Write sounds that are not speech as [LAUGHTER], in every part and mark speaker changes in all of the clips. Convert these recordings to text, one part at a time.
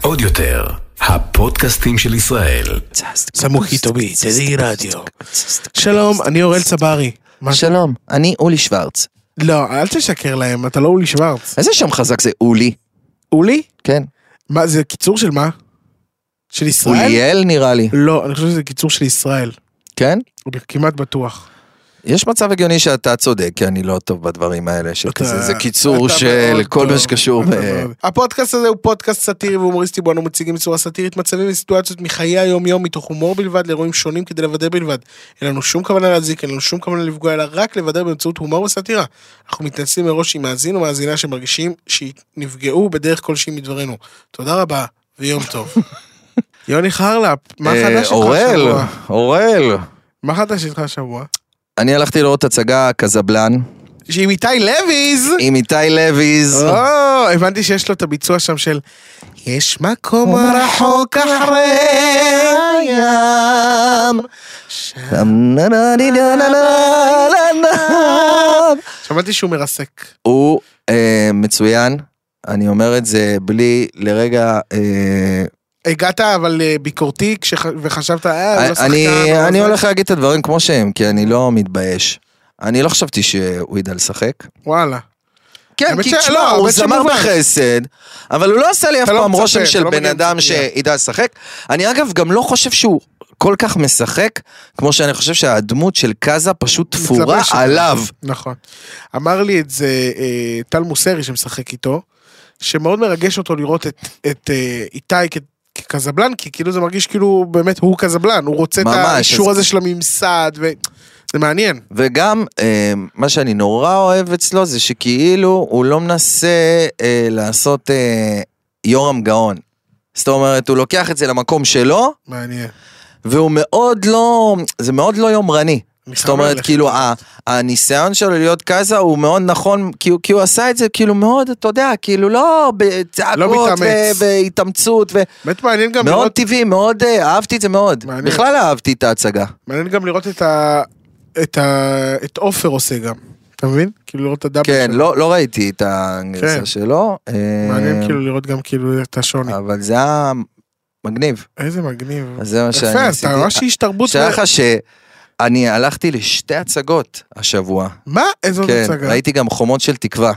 Speaker 1: עוד יותר, הפודקאסטים של ישראל.
Speaker 2: סמוכיטו בי, תזי רדיו. שלום, אני אוראל צברי. מה?
Speaker 3: שלום, אני אולי שוורץ.
Speaker 2: לא, אל תשקר להם, אתה לא אולי שוורץ.
Speaker 3: איזה שם חזק זה אולי?
Speaker 2: אולי?
Speaker 3: כן.
Speaker 2: מה, זה קיצור של מה? של ישראל?
Speaker 3: אוליאל נראה לי.
Speaker 2: לא, אני חושב שזה קיצור של ישראל.
Speaker 3: כן?
Speaker 2: הוא כמעט בטוח.
Speaker 3: יש מצב הגיוני שאתה צודק, כי אני לא טוב בדברים האלה, שכזה,
Speaker 2: אתה-
Speaker 3: זה קיצור
Speaker 2: אתה
Speaker 3: של
Speaker 2: מאוד
Speaker 3: כל מה
Speaker 2: טוב,
Speaker 3: שקשור
Speaker 2: אתה
Speaker 3: ב...
Speaker 2: מאוד. הפודקאסט הזה הוא פודקאסט סאטירי והומוריסטי בו אנו מציגים בצורה סאטירית מצבים וסיטואציות מחיי היום יום מתוך הומור בלבד לאירועים שונים כדי לוודא בלבד. אין לנו שום כוונה להזיק, אין לנו שום כוונה לפגוע אלא רק לוודא באמצעות הומור וסאטירה. אנחנו מתנצלים מראש עם מאזין או מאזינה שמרגישים שנפגעו בדרך כלשהי מדברנו. תודה רבה ויום
Speaker 3: [LAUGHS]
Speaker 2: טוב. יוני חרלפ, מה
Speaker 3: אה,
Speaker 2: חדש איתך
Speaker 3: אוראל,
Speaker 2: השבוע?
Speaker 3: אוראל.
Speaker 2: מה חדש איתך השבוע?
Speaker 3: אני הלכתי לראות הצגה קזבלן,
Speaker 2: שעם איתי לויז!
Speaker 3: עם איתי לויז.
Speaker 2: או, הבנתי שיש לו את הביצוע שם של יש מקום רחוק אחרי הים. שמעתי שהוא מרסק.
Speaker 3: הוא אה, מצוין, אני אומר את זה בלי לרגע... אה,
Speaker 2: הגעת אבל אה, ביקורתי כשח- וחשבת, אה, הוא לא שחקן.
Speaker 3: אני,
Speaker 2: הוא לא
Speaker 3: אני
Speaker 2: זה."
Speaker 3: הולך להגיד את הדברים כמו שהם, כי אני לא מתבייש. אני לא חשבתי שהוא ידע לשחק.
Speaker 2: וואלה.
Speaker 3: כן,
Speaker 2: האמת
Speaker 3: כי
Speaker 2: ש-
Speaker 3: תשמע,
Speaker 2: לא,
Speaker 3: הוא
Speaker 2: האמת
Speaker 3: זמר
Speaker 2: שמובן.
Speaker 3: בחסד, אבל הוא לא עשה לי אף
Speaker 2: אתה לא
Speaker 3: פעם
Speaker 2: מצפה,
Speaker 3: רושם
Speaker 2: אתה
Speaker 3: של
Speaker 2: לא
Speaker 3: בן
Speaker 2: מגיע
Speaker 3: אדם
Speaker 2: לציפייה.
Speaker 3: שידע לשחק. אני אגב גם לא חושב שהוא כל כך משחק, כמו שאני חושב שהדמות של קאזה פשוט תפורה
Speaker 2: מתלבש
Speaker 3: עליו.
Speaker 2: נכון. אמר לי את זה אה, טל מוסרי שמשחק איתו, שמאוד מרגש אותו לראות את, את אה, איתי כ- כקזבלן, כי כאילו זה מרגיש כאילו באמת הוא קזבלן, הוא רוצה את
Speaker 3: ממש,
Speaker 2: האישור
Speaker 3: אז-
Speaker 2: הזה של הממסד, ו... זה מעניין.
Speaker 3: וגם, אה, מה שאני נורא אוהב אצלו זה שכאילו הוא לא מנסה אה, לעשות אה, יורם גאון. זאת אומרת, הוא לוקח את זה למקום שלו,
Speaker 2: מעניין.
Speaker 3: והוא מאוד לא, זה מאוד לא יומרני.
Speaker 2: אני
Speaker 3: זאת
Speaker 2: חייב
Speaker 3: אומרת,
Speaker 2: ללכת.
Speaker 3: כאילו, ה- הניסיון שלו להיות קאזה הוא מאוד נכון, כי הוא- כי הוא עשה את זה כאילו מאוד, אתה יודע, כאילו לא
Speaker 2: לא
Speaker 3: בצעקות
Speaker 2: מתאמץ.
Speaker 3: והתאמצות,
Speaker 2: באמת מעניין גם
Speaker 3: מאוד
Speaker 2: לראות,
Speaker 3: טבעי, מאוד אה, אהבתי את זה מאוד.
Speaker 2: מעניין.
Speaker 3: בכלל אהבתי את ההצגה.
Speaker 2: מעניין גם לראות את ה... את ה... את עופר עושה גם. אתה מבין? כאילו לראות את הדאבל
Speaker 3: כן,
Speaker 2: שלו.
Speaker 3: לא לא ראיתי את הגרסה
Speaker 2: כן.
Speaker 3: שלו, אה,
Speaker 2: מעניין כאילו לראות גם כאילו את השוני.
Speaker 3: אבל זה היה מגניב.
Speaker 2: איזה מגניב.
Speaker 3: אה, אז זה מה שאני
Speaker 2: יפה, אז
Speaker 3: עשיתי.
Speaker 2: אתה ממש איש תרבות.
Speaker 3: שתדע לך שאני הלכתי לשתי הצגות השבוע.
Speaker 2: מה? איזו
Speaker 3: כן,
Speaker 2: לא הצגה?
Speaker 3: ראיתי גם חומות של תקווה.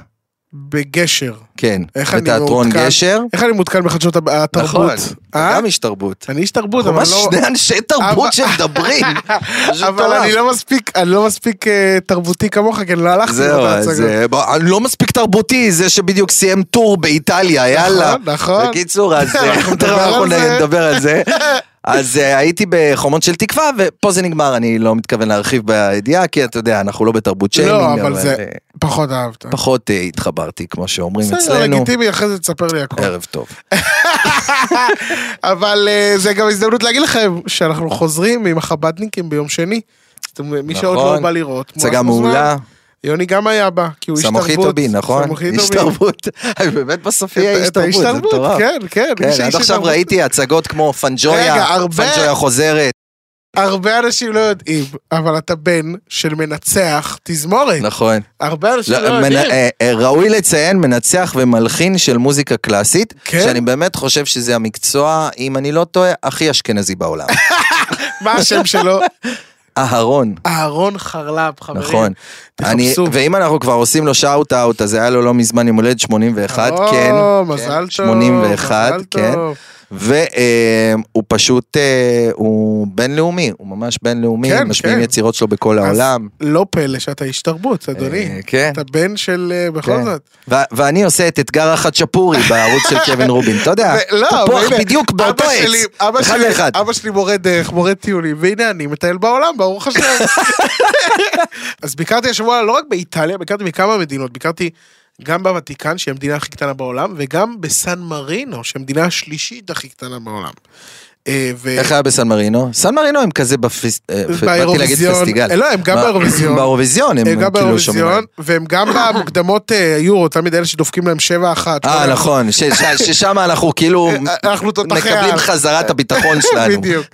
Speaker 2: בגשר.
Speaker 3: כן,
Speaker 2: איך אני
Speaker 3: בתיאטרון
Speaker 2: מעודכן?
Speaker 3: גשר.
Speaker 2: איך אני מעודכן בחדשות הב- התרבות?
Speaker 3: נכון,
Speaker 2: אה?
Speaker 3: גם איש תרבות.
Speaker 2: אני איש תרבות, אבל
Speaker 3: ממש
Speaker 2: לא...
Speaker 3: שני אנשי
Speaker 2: אבל-
Speaker 3: תרבות
Speaker 2: [LAUGHS]
Speaker 3: שמדברים. פשוט
Speaker 2: אבל
Speaker 3: מטורף.
Speaker 2: אני לא מספיק, אני לא מספיק אה, תרבותי כמוך, כי אני לא הלכתי
Speaker 3: זהו,
Speaker 2: לראות את
Speaker 3: אז,
Speaker 2: ההצגה.
Speaker 3: אה, בוא, אני לא מספיק תרבותי, זה שבדיוק סיים טור באיטליה, יאללה.
Speaker 2: נכון.
Speaker 3: בקיצור, אז אה,
Speaker 2: [LAUGHS] אנחנו נדבר
Speaker 3: אנחנו
Speaker 2: על זה.
Speaker 3: נדבר על
Speaker 2: [LAUGHS]
Speaker 3: זה. אז אה, הייתי בחומות של תקווה, ופה זה נגמר, אני לא מתכוון להרחיב בידיעה, כי אתה יודע, אנחנו לא בתרבות שיימינג,
Speaker 2: לא, אבל זה...
Speaker 3: אה,
Speaker 2: פחות אהבת.
Speaker 3: פחות אה, התחברתי, כמו שאומרים
Speaker 2: בסדר,
Speaker 3: אצלנו.
Speaker 2: לגיטימי, אחרי זה תספר לי הכל.
Speaker 3: ערב טוב.
Speaker 2: אבל אה, זה גם הזדמנות להגיד לכם שאנחנו חוזרים עם החבדניקים ביום שני. אז אתם- מי שעוד לא
Speaker 3: נכון.
Speaker 2: בא לראות,
Speaker 3: הצגה
Speaker 2: מוזמן.
Speaker 3: מעולה,
Speaker 2: יוני גם היה בה, כי הוא איש תרבות.
Speaker 3: סמוכית בי, נכון?
Speaker 2: סמוכית אה,
Speaker 3: איש
Speaker 2: בי. [LAUGHS]
Speaker 3: תרבות. [LAUGHS] באמת בסוף יהיה איש
Speaker 2: אתה
Speaker 3: תרבות, זה מטורף.
Speaker 2: כן, כן.
Speaker 3: כן,
Speaker 2: איש-
Speaker 3: עד
Speaker 2: איש
Speaker 3: עכשיו
Speaker 2: תרבות.
Speaker 3: ראיתי הצגות כמו
Speaker 2: רגע,
Speaker 3: פנג'ויה,
Speaker 2: הרבה-
Speaker 3: פנג'ויה חוזרת.
Speaker 2: הרבה אנשים לא יודעים, אבל אתה בן של מנצח תזמורת.
Speaker 3: נכון.
Speaker 2: הרבה אנשים
Speaker 3: לא,
Speaker 2: לא
Speaker 3: מנ-
Speaker 2: יודעים.
Speaker 3: אה, אה, ראוי לציין מנצח ומלחין של מוזיקה קלאסית,
Speaker 2: כן?
Speaker 3: שאני באמת חושב שזה המקצוע, אם אני לא טועה, הכי אשכנזי
Speaker 2: [LAUGHS]
Speaker 3: בעולם.
Speaker 2: מה השם
Speaker 3: [LAUGHS]
Speaker 2: שלו?
Speaker 3: אהרון.
Speaker 2: אהרון חרל"פ, חברים.
Speaker 3: נכון. אני,
Speaker 2: תחפשו.
Speaker 3: ואם אנחנו כבר עושים לו שאוט אאוט, אז היה לו לא מזמן יום הולד 81,
Speaker 2: או,
Speaker 3: כן.
Speaker 2: מזל
Speaker 3: כן,
Speaker 2: טוב.
Speaker 3: 81,
Speaker 2: מזל
Speaker 3: כן.
Speaker 2: טוב.
Speaker 3: והוא פשוט, אה, הוא בינלאומי, הוא ממש בינלאומי,
Speaker 2: כן,
Speaker 3: משמיעים
Speaker 2: כן.
Speaker 3: יצירות שלו בכל
Speaker 2: אז
Speaker 3: העולם.
Speaker 2: לא פלא שאתה איש תרבות,
Speaker 3: אה,
Speaker 2: אדוני.
Speaker 3: כן.
Speaker 2: אתה בן של, אה, בכל
Speaker 3: כן.
Speaker 2: זאת.
Speaker 3: ו- ואני עושה את אתגר החצ'פורי בערוץ
Speaker 2: [LAUGHS]
Speaker 3: של קווין רובין, אתה יודע,
Speaker 2: ו- לא,
Speaker 3: אה, תפוח
Speaker 2: והנה,
Speaker 3: בדיוק באותו
Speaker 2: אבא
Speaker 3: עץ,
Speaker 2: שלי- אבא
Speaker 3: אחד
Speaker 2: שלי-
Speaker 3: לאחד.
Speaker 2: אבא שלי מורה דרך, מורה טיולים, והנה אני מטייל בעולם,
Speaker 3: [LAUGHS]
Speaker 2: ברוך השם. אז ביקרתי השבוע לא רק באיטליה, ביקרתי בכמה מדינות, ביקרתי גם בוותיקן, שהיא המדינה הכי קטנה בעולם, וגם בסן מרינו, שהיא המדינה השלישית הכי קטנה בעולם. אה, ו-
Speaker 3: איך היה בסן מרינו? סן מרינו הם כזה בפס... אה, פ- באתי להגיד
Speaker 2: באירוויזיון.
Speaker 3: פסטיגל.
Speaker 2: אה, לא, הם גם
Speaker 3: מה-
Speaker 2: באירוויזיון.
Speaker 3: באירוויזיון הם
Speaker 2: הם גם
Speaker 3: כאילו שומרים.
Speaker 2: באירוויזיון, והם גם
Speaker 3: [LAUGHS]
Speaker 2: במוקדמות אה, יורו, תמיד אלה שדופקים להם 7-1.
Speaker 3: אה,
Speaker 2: שמונה-
Speaker 3: נכון, ש- ש- ששם אנחנו כאילו
Speaker 2: אה, אנחנו תותחי
Speaker 3: מקבלים
Speaker 2: העל.
Speaker 3: חזרה את הביטחון שלנו.
Speaker 2: [LAUGHS] בדיוק.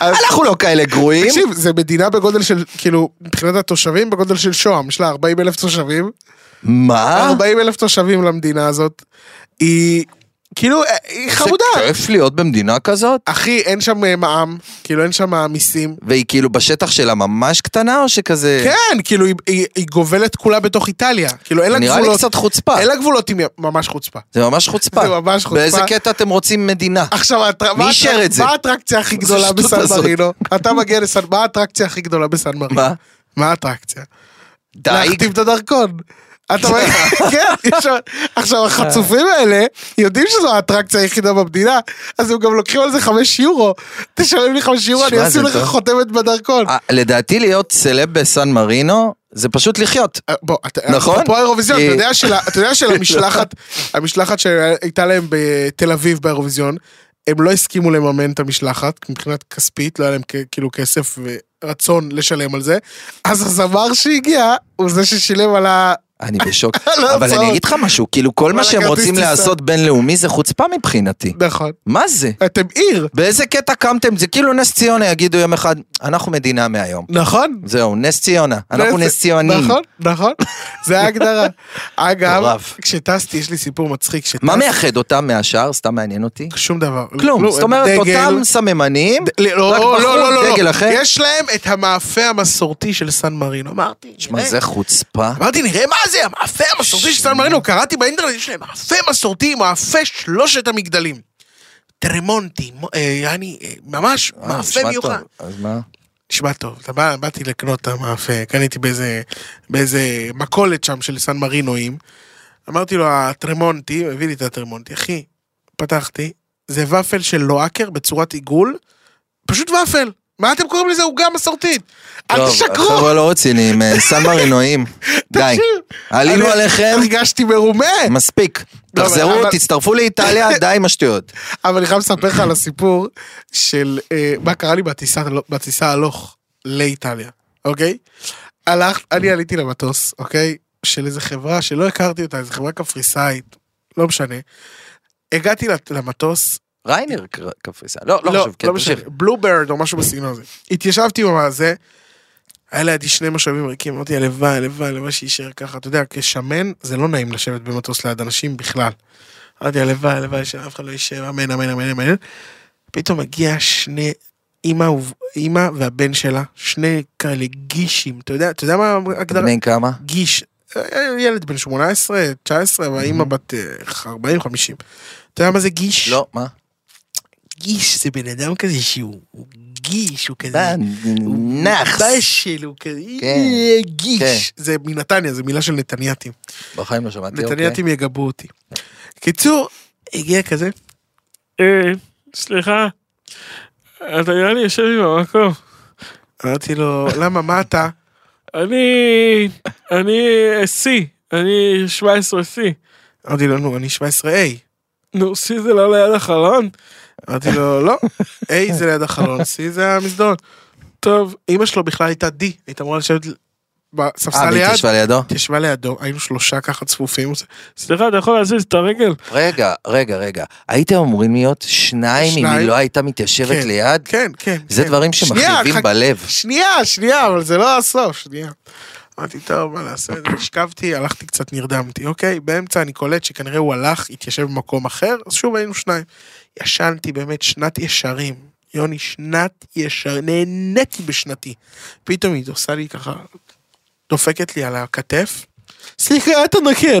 Speaker 2: אז-
Speaker 3: אנחנו לא כאלה גרועים.
Speaker 2: תקשיב, זה מדינה בגודל של, כאילו, מבחינת התושבים, בגודל של שוהם, יש לה 40 אלף תושבים,
Speaker 3: מה?
Speaker 2: 40 אלף תושבים למדינה הזאת. היא, כאילו, היא חמודה.
Speaker 3: זה כיף להיות במדינה כזאת?
Speaker 2: אחי, אין שם אה, מע"מ, כאילו אין שם מיסים.
Speaker 3: והיא כאילו בשטח שלה ממש קטנה או שכזה?
Speaker 2: כן, כאילו היא- היא היא גובלת כולה בתוך איטליה. כאילו אין לה
Speaker 3: נראה לי
Speaker 2: גבולות.
Speaker 3: קצת חוצפה.
Speaker 2: אין לה גבולות עם... ים- ממש חוצפה.
Speaker 3: זה ממש חוצפה.
Speaker 2: זה ממש חוצפה.
Speaker 3: באיזה קטע אתם רוצים מדינה?
Speaker 2: עכשיו, הטר- מה
Speaker 3: אישר
Speaker 2: הטר-
Speaker 3: את זה?
Speaker 2: מה האטרקציה הכי
Speaker 3: זה
Speaker 2: גדולה
Speaker 3: השטות
Speaker 2: בסן
Speaker 3: הזאת?
Speaker 2: מרינו? אתה מגיע לסן... מה האטרקציה הכי גדולה בסן מרינו?
Speaker 3: מה?
Speaker 2: מה האטרקציה?
Speaker 3: דייג?
Speaker 2: להכתיב את הדרכון. אתה
Speaker 3: [LAUGHS]
Speaker 2: אומר, כן, יש- עכשיו החצופים האלה יודעים שזו האטרקציה היחידה במדינה, אז הם גם לוקחים על זה חמש יורו. תשלם לי חמש יורו,
Speaker 3: שמע,
Speaker 2: אני אשים
Speaker 3: זה
Speaker 2: לך
Speaker 3: טוב.
Speaker 2: חותמת בדרכון.
Speaker 3: אה, לדעתי להיות סלב בסן מרינו זה פשוט לחיות.
Speaker 2: אה, בוא, אתה-
Speaker 3: נכון?
Speaker 2: אתה פה האירוויזיון, אתה
Speaker 3: אה.
Speaker 2: יודע של- אתה
Speaker 3: [LAUGHS]
Speaker 2: יודע שלמשלחת, המשלחת שהייתה להם בתל אביב באירוויזיון, הם לא הסכימו לממן את המשלחת, מבחינת כספית, לא היה להם כ- כאילו כסף ורצון לשלם על זה, אז הזמר שהגיע, הוא זה ששילם על ה...
Speaker 3: אני
Speaker 2: [LAUGHS]
Speaker 3: בשוק.
Speaker 2: על
Speaker 3: אבל
Speaker 2: ההוצאות.
Speaker 3: אני אגיד לך משהו, כאילו כל
Speaker 2: על
Speaker 3: מה שהם
Speaker 2: לא הכרטיס
Speaker 3: רוצים
Speaker 2: טיסה.
Speaker 3: לעשות בינלאומי זה חוצפה מבחינתי.
Speaker 2: נכון.
Speaker 3: מה זה?
Speaker 2: אתם עיר.
Speaker 3: באיזה קטע קמתם? זה כאילו נס ציונה יגידו יום אחד, אנחנו מדינה מהיום.
Speaker 2: נכון.
Speaker 3: זהו, נס ציונה. אנחנו
Speaker 2: זה-
Speaker 3: נס ציונים.
Speaker 2: נכון, נכון.
Speaker 3: [LAUGHS]
Speaker 2: זה ההגדרה. אגב,
Speaker 3: מטורף.
Speaker 2: כשטסתי, יש לי סיפור מצחיק. כשטסתי-
Speaker 3: מה מייחד אותם מהשאר? סתם מעניין אותי.
Speaker 2: שום דבר.
Speaker 3: כלום,
Speaker 2: לא,
Speaker 3: זאת אומרת,
Speaker 2: דגל.
Speaker 3: אותם סממנים,
Speaker 2: ד- לא,
Speaker 3: רק
Speaker 2: לא,
Speaker 3: בחרו
Speaker 2: לא, לא,
Speaker 3: דגל
Speaker 2: לא.
Speaker 3: אחר.
Speaker 2: יש להם את המאפה המסורתי של סן מרינו. אמרתי,
Speaker 3: מה
Speaker 2: נראה.
Speaker 3: זה חוצפה?
Speaker 2: אמרתי, נראה מה זה, המאפה המסורתי של סן מרינו. קראתי באינטרנט, יש להם מאפה מסורתי, מאפה שלושת המגדלים. טרמונטי, מו- אה, יעני, אה, ממש
Speaker 3: אה,
Speaker 2: מאפה
Speaker 3: נשמע טוב.
Speaker 2: מיוחד.
Speaker 3: אז מה?
Speaker 2: נשמע טוב, אתה בא, באתי לקנות את המאפה, קניתי באיזה, באיזה מכולת שם של סן מרינואים. אמרתי לו, הטרמונטי, הוא הביא לי את הטרמונטי, אחי, פתחתי, זה ופל של לואקר בצורת עיגול, פשוט ופל. מה אתם קוראים לזה עוגה מסורתית? אל
Speaker 3: טוב,
Speaker 2: תשקרו!
Speaker 3: חבר'ה לא רציניים, אה, סן
Speaker 2: [LAUGHS]
Speaker 3: מרינואים. די. עלינו
Speaker 2: אני
Speaker 3: עליכם,
Speaker 2: הרגשתי מרומה!
Speaker 3: מספיק.
Speaker 2: לא, אבל-
Speaker 3: תחזרו,
Speaker 2: אבל-
Speaker 3: תצטרפו
Speaker 2: [LAUGHS]
Speaker 3: לאיטליה, די עם השטויות.
Speaker 2: אבל אני חייב לספר לך על הסיפור של אה, מה קרה לי בטיסה, בטיסה הלוך לאיטליה, אוקיי? הלך, אני עליתי למטוס, אוקיי? של איזה חברה שלא הכרתי אותה, איזה חברה קפריסאית, לא משנה. הגעתי לת- למטוס,
Speaker 3: ריינר קר- קפריסה. לא, לא
Speaker 2: לא,
Speaker 3: חשוב, כן,
Speaker 2: לא משנה,
Speaker 3: תמשיך.
Speaker 2: בלוברד או משהו בסגנון הזה. התיישבתי בזה, היה לידי שני מושבים ריקים, אמרתי, הלוואי, הלוואי, הלוואי שיישאר ככה. אתה יודע, כשמן, זה לא נעים לשבת במטוס ליד אנשים בכלל. אמרתי, הלוואי, הלוואי, שאף אחד לא יישאר, אמן, אמן, אמן, אמן. פתאום מגיע שני, אימא, ו- אימא והבן שלה, שני כאלה גישים, אתה יודע, אתה יודע מה ההגדרה?
Speaker 3: בני כמה?
Speaker 2: גיש, היה ילד בן 18, 19, והאימא בת 40-50. אתה יודע מה זה גיש?
Speaker 3: לא, מה?
Speaker 2: גיש זה בן אדם כזה שהוא הוא גיש, הוא כזה...
Speaker 3: אה, נאחס.
Speaker 2: בשל, הוא כזה...
Speaker 3: כן.
Speaker 2: אה, גיש.
Speaker 3: כן.
Speaker 2: זה מנתניה, זו מילה של נתנייתים.
Speaker 3: בחיים לא שמעתי, אוקיי.
Speaker 2: נתנייתים יגבו אותי. קיצור, הגיע כזה,
Speaker 4: אה, סליחה, אתה נראה לי יושב לי במקום.
Speaker 2: אמרתי לו, למה, מה אתה?
Speaker 4: אני, אני אה, C, אני 17 C.
Speaker 2: אמרתי לו, נו, אני 17A.
Speaker 4: נו, C זה לא ליד החלון?
Speaker 2: אמרתי לו, לא, A זה ליד החלון, C זה המסדרון. טוב, אימא שלו בכלל הייתה D, הייתה אמורה לשבת
Speaker 3: אה,
Speaker 2: בספסל
Speaker 3: והיא
Speaker 2: ליד,
Speaker 3: התיישבה לידו?
Speaker 2: התיישבה לידו, היינו שלושה ככה צפופים.
Speaker 4: סליחה, אתה יכול להזיז את הרגל?
Speaker 3: רגע, רגע, רגע. הייתם אמורים להיות שניים אם
Speaker 2: שניים?
Speaker 3: היא לא הייתה מתיישבת
Speaker 2: כן.
Speaker 3: ליד?
Speaker 2: כן, כן.
Speaker 3: זה
Speaker 2: כן.
Speaker 3: דברים
Speaker 2: שנייה,
Speaker 3: שמחריבים
Speaker 2: חכ-
Speaker 3: בלב.
Speaker 2: שנייה, שנייה, אבל זה לא הסוף, שנייה. אמרתי, טוב, מה [LAUGHS] לעשות, השכבתי, הלכתי קצת נרדמתי, אוקיי? באמצע אני קולט שכנראה הוא הלך, התיישב במקום אחר, אז שוב היינו שניים. ישנתי באמת שנת ישרים. יוני, שנת ישר, נהניתי בשנתי. פתאום היא עושה לי ככה, דופקת לי על הכתף. סליחה, אתה נקר.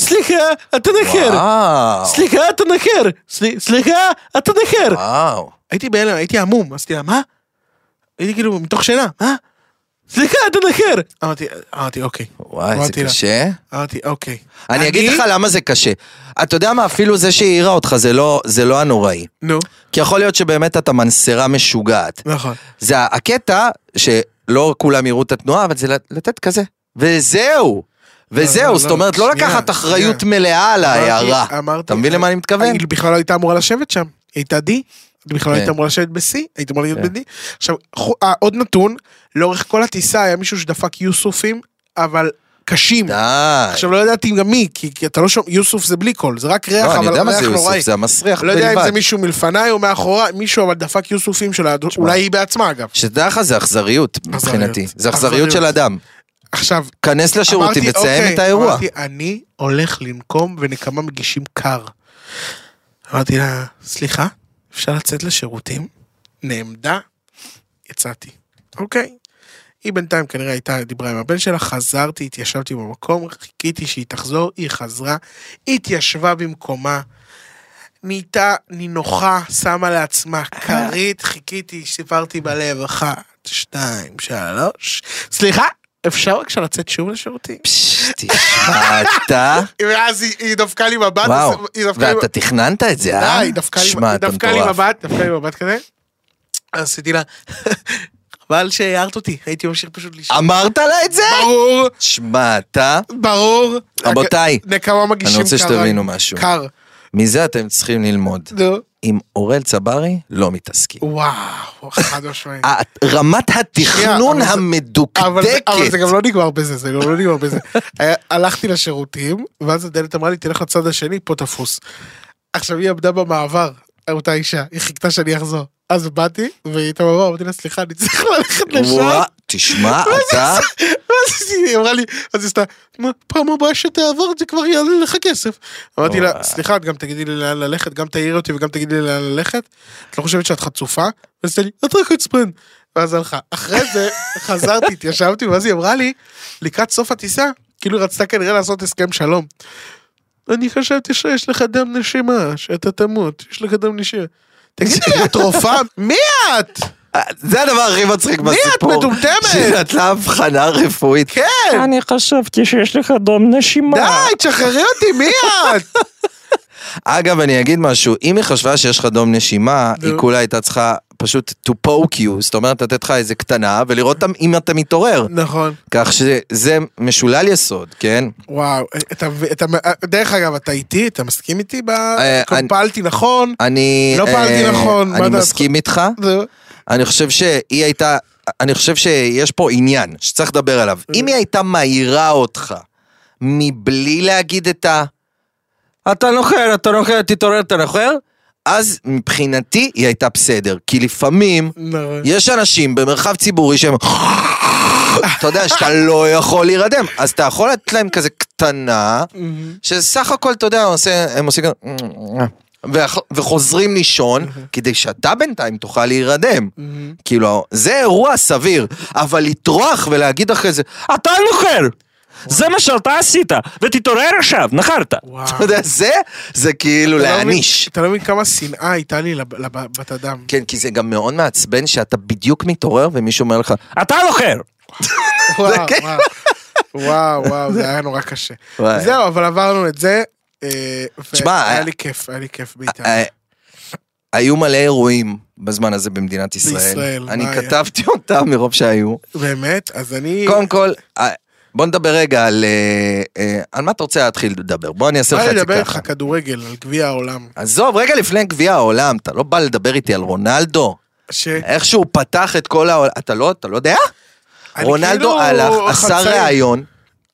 Speaker 2: סליחה, אתה נקר.
Speaker 3: וואו,
Speaker 2: כן, סליחה, אתה נקר. סל- סליחה, אתה נקר.
Speaker 3: וואו.
Speaker 2: הייתי בהלם, הייתי המום, עשיתי לה, מה? הייתי כאילו מתוך שינה, מה? סליחה, אתה נקר! אמרתי, אמרתי, אוקיי.
Speaker 3: וואי, זה
Speaker 2: אמרתי לה.
Speaker 3: קשה.
Speaker 2: אמרתי, אוקיי.
Speaker 3: אני אגיד לך למה זה קשה. אתה יודע מה, אפילו זה שהיא העירה אותך זה לא, זה לא הנוראי.
Speaker 2: נו,
Speaker 3: כי יכול להיות שבאמת אתה מנסרה משוגעת.
Speaker 2: נכון.
Speaker 3: זה הקטע שלא כולם יראו את התנועה, אבל זה לתת כזה. וזהו!
Speaker 2: לא,
Speaker 3: וזהו,
Speaker 2: לא,
Speaker 3: זאת אומרת, לא
Speaker 2: שנייה,
Speaker 3: לקחת אחריות
Speaker 2: שנייה.
Speaker 3: מלאה על ההערה.
Speaker 2: אמרתי- אמרתי-
Speaker 3: אה, אתה מבין למה אני מתכוון?
Speaker 2: היא בכלל לא הייתה אמורה לשבת שם, היא הייתה D. היא בכלל לא
Speaker 3: כן.
Speaker 2: הייתה אמורה לשבת ב-C, היית אמורה להיות
Speaker 3: כן.
Speaker 2: ב-D. עכשיו, חו- אה, עוד נתון, לאורך כל הטיסה היה מישהו שדפק יוסופים, אבל קשים.
Speaker 3: די.
Speaker 2: עכשיו, לא ידעתי גם מי, כי כי אתה לא שומע, יוסוף זה בלי קול, זה רק ריח,
Speaker 3: לא, אני
Speaker 2: אבל
Speaker 3: יודע מה
Speaker 2: ריח
Speaker 3: זה
Speaker 2: נוראי.
Speaker 3: יוסף, זה המסריח
Speaker 2: לא יודע אם זה
Speaker 3: בלבד.
Speaker 2: מישהו מלפניי או מאחוריי, מישהו אבל דפק יוסופים שלה, אולי היא בעצמה אגב.
Speaker 3: שתדע לך, זה אכזריות מבחינתי. זה אכזריות של אדם.
Speaker 2: עכשיו,
Speaker 3: כנס לשירותים
Speaker 2: אמרתי,
Speaker 3: ותסיים
Speaker 2: אוקיי,
Speaker 3: את האירוע.
Speaker 2: אמרתי, אני הולך לנקום ונקמה מגישים קר. אמרתי לה, סליחה, אפשר לצאת לשירותים? נעמדה, יצאתי. אוקיי. היא בינתיים כנראה הייתה, דיברה עם הבן שלה, חזרתי, התיישבתי במקום, חיכיתי שהיא תחזור, היא חזרה, התיישבה במקומה, נהייתה נינוחה, שמה לעצמה כרית, חיכיתי, סיפרתי בלב, אחת, שתיים, שלוש, סליחה, אפשר בבקשה לצאת שוב לשירותים?
Speaker 3: פשש,
Speaker 2: [LAUGHS]
Speaker 3: תשמע, אתה...
Speaker 2: ואז היא- היא דפקה לי מבט,
Speaker 3: וואו,
Speaker 2: היא דפקה לי
Speaker 3: ואתה תכננת את זה, אה?
Speaker 2: די, היא דפקה לי-
Speaker 3: שמע,
Speaker 2: היא
Speaker 3: אתה
Speaker 2: דפקה לי
Speaker 3: מטורף.
Speaker 2: מבט, דפקה לי מבט כזה. אז עשיתי לה, [LAUGHS] חבל שהערת אותי, הייתי ממשיך פשוט לשאול.
Speaker 3: אמרת לה את זה?
Speaker 2: ברור,
Speaker 3: שמע, אתה...
Speaker 2: ברור.
Speaker 3: רבותיי,
Speaker 2: נקמה מגישים
Speaker 3: אני רוצה
Speaker 2: קר,
Speaker 3: שתבינו משהו.
Speaker 2: קר.
Speaker 3: מזה אתם צריכים ללמוד.
Speaker 2: נו.
Speaker 3: עם אורל צברי לא מתעסקים.
Speaker 2: וואו, חד
Speaker 3: [LAUGHS]
Speaker 2: משמעית.
Speaker 3: רמת התכנון
Speaker 2: אוקיי. אבל זה- אבל, זה- אבל זה
Speaker 3: המדוקדקת.
Speaker 2: גם לא נגמר בזה, זה גם לא נגמר בזה. היה- הלכתי לשירותים, ואז הדלת אמרה לי, תלך לצד השני, פה תפוס. עכשיו היא עמדה במעבר, אותה אישה, היא חיכתה שאני אחזור. אז באתי, והיא הייתה במעבר, אמרתי לה, סליחה, אני צריך ללכת לא לשם.
Speaker 3: וואו,
Speaker 2: [LAUGHS]
Speaker 3: תשמע, אתה...
Speaker 2: ואז היא אמרה לי, אז היא עשתה, "מה, פעם הבאה שתעבור את זה כבר יעלה לך כסף. אמרתי לה,
Speaker 3: וואי.
Speaker 2: סליחה, את גם תגידי לי לאן ללכת, גם תעירי אותי וגם תגידי לי לאן ללכת? את לא חושבת שאת חצופה? ואז היא עשתה לי, את רק חצפן. ואז הלכה. אחרי זה חזרתי, התיישבתי, ואז היא אמרה לי, לקראת סוף הטיסה, כאילו היא רצתה כנראה לעשות הסכם שלום. אני חשבתי שיש לך דם נשימה, שאתה תמות, יש לך דם נשימה. תגידי לי, את רופאה? מי את?
Speaker 3: זה הדבר הכי מצחיק
Speaker 2: מי את
Speaker 3: בסיפור.
Speaker 2: מטומטמת?
Speaker 3: שנתנה הבחנה רפואית.
Speaker 2: כן!
Speaker 4: [LAUGHS] אני חשבתי שיש לך דום נשימה.
Speaker 2: די, תשחררי אותי, מי את?
Speaker 3: אגב, אני אגיד משהו, אם היא חשבה שיש לך דום נשימה,
Speaker 2: נו.
Speaker 3: היא כולה הייתה צריכה פשוט to poke you, זאת אומרת לתת לך איזה קטנה, ולראות אתה- אם אתה מתעורר.
Speaker 2: נכון.
Speaker 3: כך שזה משולל יסוד, כן?
Speaker 2: וואו, אתה, אתה, אה, דרך אגב, אתה איתי? אתה מסכים איתי? ב...
Speaker 3: אה, אני-
Speaker 2: פעלתי נכון?
Speaker 3: אני...
Speaker 2: לא פעלתי
Speaker 3: אה,
Speaker 2: נכון, מה
Speaker 3: אני
Speaker 2: דעתך?
Speaker 3: מסכים איתך.
Speaker 2: זה-
Speaker 3: אני חושב שהיא הייתה, אני חושב שיש פה עניין שצריך לדבר עליו. אם היא הייתה מעירה אותך מבלי להגיד את ה... אתה נוחר, אתה נוחר, תתעורר, אתה נוחר, אז מבחינתי היא הייתה בסדר. כי לפעמים
Speaker 2: נכון.
Speaker 3: יש אנשים במרחב ציבורי שהם... אתה יודע שאתה לא יכול להירדם, אז אתה יכול לתת להם כזה קטנה, שסך הכל, אתה יודע, עושה- הם עושים כזה... ואח- וחוזרים לישון, כדי שאתה בינתיים תוכל להירדם. כאילו, זה אירוע סביר, אבל לטרוח ולהגיד אחרי זה, לא
Speaker 4: אתה נוחר! זה מה שאתה עשית, ותתעורר עכשיו, נחרת.
Speaker 2: וואו.
Speaker 3: אתה יודע, זה, זה כאילו
Speaker 2: אה. אתה לא מבין-
Speaker 3: להעניש.
Speaker 2: אתה לא מבין כמה שנאה הייתה לי לב- לב- בת אדם.
Speaker 3: כן, כי זה גם מאוד מעצבן שאתה בדיוק מתעורר ומישהו אומר לך,
Speaker 4: אתה נוחר!
Speaker 2: וואו,
Speaker 3: כן.
Speaker 2: וואו. וואו, וואו, זה היה נורא קשה.
Speaker 3: וואי.
Speaker 2: זהו, אבל עברנו את זה. אה,
Speaker 3: תשמע,
Speaker 2: והיה
Speaker 3: אה,
Speaker 2: לי כיף, היה לי כיף באיטליה.
Speaker 3: אה, היו מלא אירועים בזמן הזה במדינת ישראל.
Speaker 2: בישראל,
Speaker 3: אני
Speaker 2: מה היה?
Speaker 3: כתבתי אותם מרוב שהיו.
Speaker 2: באמת? אז אני...
Speaker 3: קודם כל, אה, בוא נדבר רגע על... אה, אה, על מה אתה רוצה להתחיל לדבר? בוא אני אעשה לך
Speaker 2: בא לי
Speaker 3: את
Speaker 2: לדבר
Speaker 3: זה
Speaker 2: איתך
Speaker 3: ככה.
Speaker 2: כדורגל על גביע העולם.
Speaker 3: עזוב, רגע לפני גביע העולם, אתה לא בא לדבר איתי על רונלדו?
Speaker 2: ש...
Speaker 3: איך שהוא פתח את כל העולם, אתה לא, אתה לא יודע?
Speaker 2: אני
Speaker 3: רונלדו
Speaker 2: כאילו
Speaker 3: הלך, עשה
Speaker 2: חצאי.
Speaker 3: ראיון.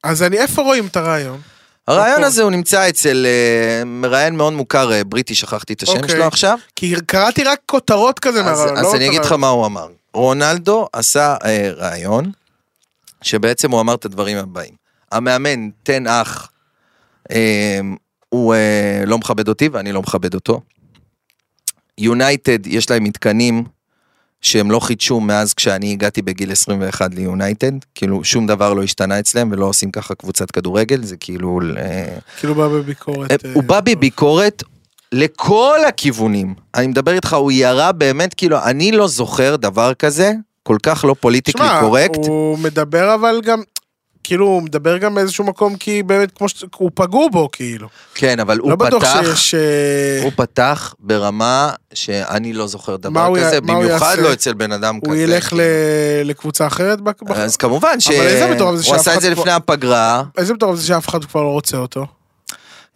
Speaker 2: אז אני, איפה רואים את הרעיון?
Speaker 3: הרעיון
Speaker 2: אוקיי.
Speaker 3: הזה הוא נמצא אצל אה, מראיין מאוד מוכר, אה, בריטי, שכחתי את השם
Speaker 2: אוקיי.
Speaker 3: שלו עכשיו.
Speaker 2: כי קראתי רק כותרות כזה
Speaker 3: אז
Speaker 2: מהרעיון.
Speaker 3: אז
Speaker 2: לא
Speaker 3: אני
Speaker 2: את
Speaker 3: אגיד לך
Speaker 2: הרעיון.
Speaker 3: מה הוא אמר. רונלדו עשה אה, ראיון, שבעצם הוא אמר את הדברים הבאים. המאמן, תן אח, אה, הוא אה, לא מכבד אותי ואני לא מכבד אותו. יונייטד, יש להם מתקנים שהם לא חידשו מאז כשאני הגעתי בגיל 21 ליונייטד, כאילו שום דבר לא השתנה אצלם ולא עושים ככה קבוצת כדורגל, זה כאילו... אה,
Speaker 2: כאילו בא בביקורת.
Speaker 3: אה, הוא
Speaker 2: אה,
Speaker 3: בא בביקורת לכל הכיוונים. אני מדבר איתך, הוא ירה באמת, כאילו, אני לא זוכר דבר כזה, כל כך לא פוליטיקלי
Speaker 2: שמע,
Speaker 3: קורקט.
Speaker 2: הוא מדבר אבל גם, כאילו הוא מדבר גם באיזשהו מקום כי באמת כמו ש... הוא פגעו בו כאילו.
Speaker 3: כן, אבל הוא
Speaker 2: לא בטוח
Speaker 3: פתח,
Speaker 2: שיש... אה,
Speaker 3: הוא פתח ברמה שאני לא זוכר
Speaker 2: מה
Speaker 3: דבר
Speaker 2: הוא
Speaker 3: כזה,
Speaker 2: י- מה הוא
Speaker 3: במיוחד
Speaker 2: יעשה?
Speaker 3: לא אצל בן אדם כזה.
Speaker 2: הוא ילך ל...
Speaker 3: כאילו.
Speaker 2: לקבוצה אחרת. בק- בח-
Speaker 3: אז כמובן
Speaker 2: אבל איזה מטורף זה
Speaker 3: שהוא
Speaker 2: שאף
Speaker 3: עשה
Speaker 2: אחד לא-
Speaker 3: את זה
Speaker 2: כבר-
Speaker 3: לפני הפגרה,
Speaker 2: איזה מטורף זה שאף אחד כבר לא רוצה אותו.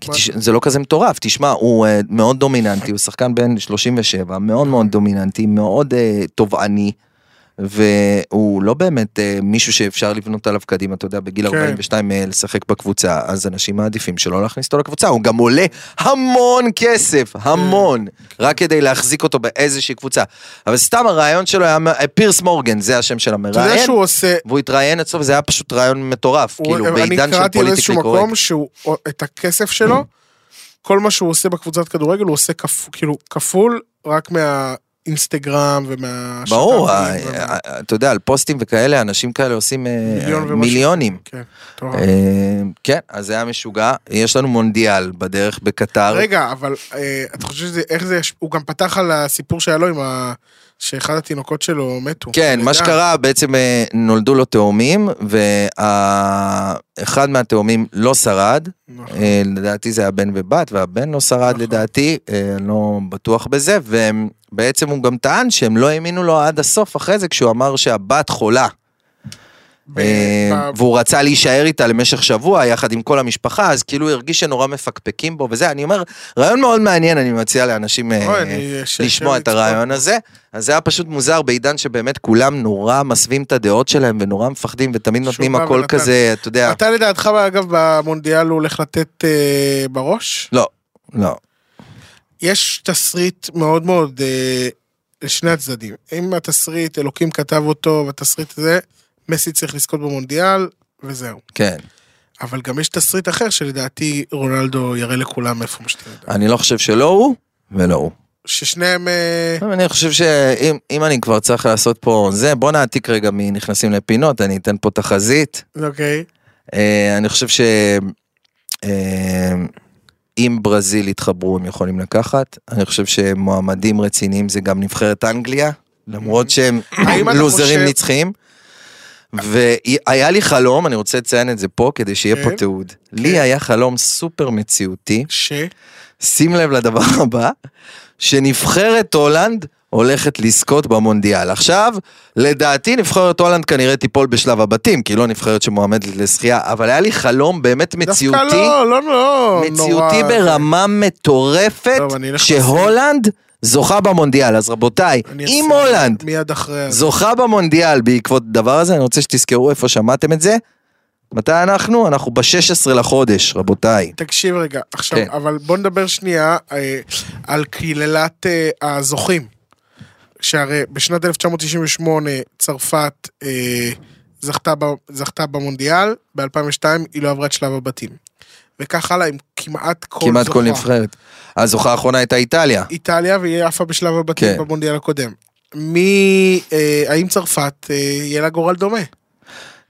Speaker 3: כי תש- זה לא כזה מטורף, תשמע, הוא אה, מאוד דומיננטי, הוא שחקן בן 37, מאוד מאוד דומיננטי, מאוד אה, תובעני, והוא לא באמת אה, מישהו שאפשר לבנות עליו קדימה, אתה יודע, בגיל
Speaker 2: כן.
Speaker 3: 42 אה, לשחק בקבוצה, אז אנשים מעדיפים שלא להכניס אותו לקבוצה, הוא גם עולה המון כסף,
Speaker 2: כן.
Speaker 3: המון, רק כדי להחזיק אותו באיזושהי קבוצה. אבל סתם הרעיון שלו היה, מ- אה, פירס מורגן, זה השם של
Speaker 2: אתה יודע
Speaker 3: המראיין,
Speaker 2: שהוא עושה...
Speaker 3: והוא התראיין אצלו, וזה היה פשוט רעיון מטורף,
Speaker 2: הוא-
Speaker 3: כאילו, בעידן
Speaker 2: אני
Speaker 3: של
Speaker 2: קראתי על איזשהו
Speaker 3: פוליטיקלי קורקט.
Speaker 2: מקום שהוא, את הכסף שלו, כל מה שהוא עושה בקבוצת כדורגל, הוא עושה כפ- כאילו כפול רק מהאינסטגרם ומה...
Speaker 3: ברור,
Speaker 2: שת"פים
Speaker 3: אה,
Speaker 2: ומה-
Speaker 3: אה, אה, אתה יודע, על פוסטים וכאלה, אנשים כאלה עושים אה,
Speaker 2: מיליון ומשהו.
Speaker 3: מיליונים.
Speaker 2: כן, טוב.
Speaker 3: אה, כן, אז זה היה משוגע. יש לנו מונדיאל בדרך בקטר.
Speaker 2: רגע, אבל אה, אתה חושב שזה, איך זה, יש- הוא גם פתח על הסיפור שהיה לו עם ה... שאחד התינוקות שלו מתו.
Speaker 3: כן, מה
Speaker 2: לידה.
Speaker 3: שקרה, בעצם אה, נולדו לו תאומים, ואחד מהתאומים לא שרד.
Speaker 2: נכון.
Speaker 3: אה, לדעתי זה היה בן ובת, והבן לא שרד
Speaker 2: נכון.
Speaker 3: לדעתי, אה, אני לא בטוח בזה, ובעצם הוא גם טען שהם לא האמינו לו עד הסוף אחרי זה, כשהוא אמר שהבת חולה.
Speaker 2: ב-
Speaker 3: אה,
Speaker 2: ב-
Speaker 3: והוא רצה להישאר איתה למשך שבוע יחד עם כל המשפחה, אז כאילו הוא הרגיש שנורא מפקפקים בו וזה, אני אומר, רעיון מאוד מעניין, אני מציע לאנשים אה,
Speaker 2: אוי, אני- ש-
Speaker 3: לשמוע
Speaker 2: ש-
Speaker 3: את הרעיון הזה. אז זה היה פשוט מוזר בעידן שבאמת כולם נורא מסווים את הדעות שלהם ונורא מפחדים ותמיד
Speaker 2: שהוא
Speaker 3: נותנים
Speaker 2: בא
Speaker 3: הכל
Speaker 2: ונתן.
Speaker 3: כזה, אתה יודע,
Speaker 2: אתה לדעתך, אגב, במונדיאל הוא הולך לתת אה, בראש?
Speaker 3: לא, לא.
Speaker 2: יש תסריט מאוד מאוד אה, לשני הצדדים. אם התסריט, אלוקים כתב אותו, והתסריט הזה, מסי צריך לזכות במונדיאל, וזהו.
Speaker 3: כן,
Speaker 2: אבל גם יש תסריט אחר שלדעתי רונלדו יראה לכולם איפה משתמש.
Speaker 3: אני לא חושב שלא הוא ולא הוא.
Speaker 2: ששניהם... אה,
Speaker 3: אני חושב שאם אם אני כבר צריך לעשות פה זה, בוא נעתיק רגע מנכנסים לפינות, אני אתן פה תחזית.
Speaker 2: אוקיי.
Speaker 3: אה, אני חושב שאם ברזיל יתחברו הם יכולים לקחת, אני חושב שמועמדים רציניים זה גם נבחרת אנגליה, למרות שהם
Speaker 2: Mm-hmm. האם אתה
Speaker 3: לוזרים
Speaker 2: חושב-
Speaker 3: נצחיים. והיה לי חלום, אני רוצה לציין את זה פה כדי שיהיה פה
Speaker 2: כן.
Speaker 3: תיעוד. לי היה חלום סופר מציאותי,
Speaker 2: ש...
Speaker 3: שים לב לדבר הבא, שנבחרת הולנד הולכת לזכות במונדיאל. עכשיו, לדעתי נבחרת הולנד כנראה תיפול בשלב הבתים, כי היא לא נבחרת שמועמדת לזכייה, אבל היה לי חלום באמת
Speaker 2: דווקא
Speaker 3: מציאותי,
Speaker 2: לא, לא, לא.
Speaker 3: מציאותי
Speaker 2: נורא.
Speaker 3: ברמה מטורפת,
Speaker 2: טוב, אני אלך
Speaker 3: שהולנד זוכה במונדיאל. אז רבותיי,
Speaker 2: אני
Speaker 3: אם
Speaker 2: אעשה
Speaker 3: הולנד
Speaker 2: מיד אחרי... זה.
Speaker 3: זוכה במונדיאל בעקבות הדבר הזה, אני רוצה שתזכרו איפה שמעתם את זה. מתי אנחנו? אנחנו ב-16 לחודש, רבותיי.
Speaker 2: תקשיב רגע, עכשיו,
Speaker 3: כן.
Speaker 2: אבל בוא נדבר שנייה אה, על קללת אה, הזוכים. שהרי בשנת 1998 צרפת אה, זכתה, ב, זכתה במונדיאל, ב-2002 היא לא עברה את שלב הבתים. וכך הלאה עם כמעט כל
Speaker 3: כמעט
Speaker 2: זוכה.
Speaker 3: כל נבחרת. הזוכה האחרונה הייתה איטליה.
Speaker 2: איטליה והיא עפה בשלב הבתים
Speaker 3: כן.
Speaker 2: במונדיאל הקודם. מי, אה, האם צרפת אה, יהיה לה גורל דומה?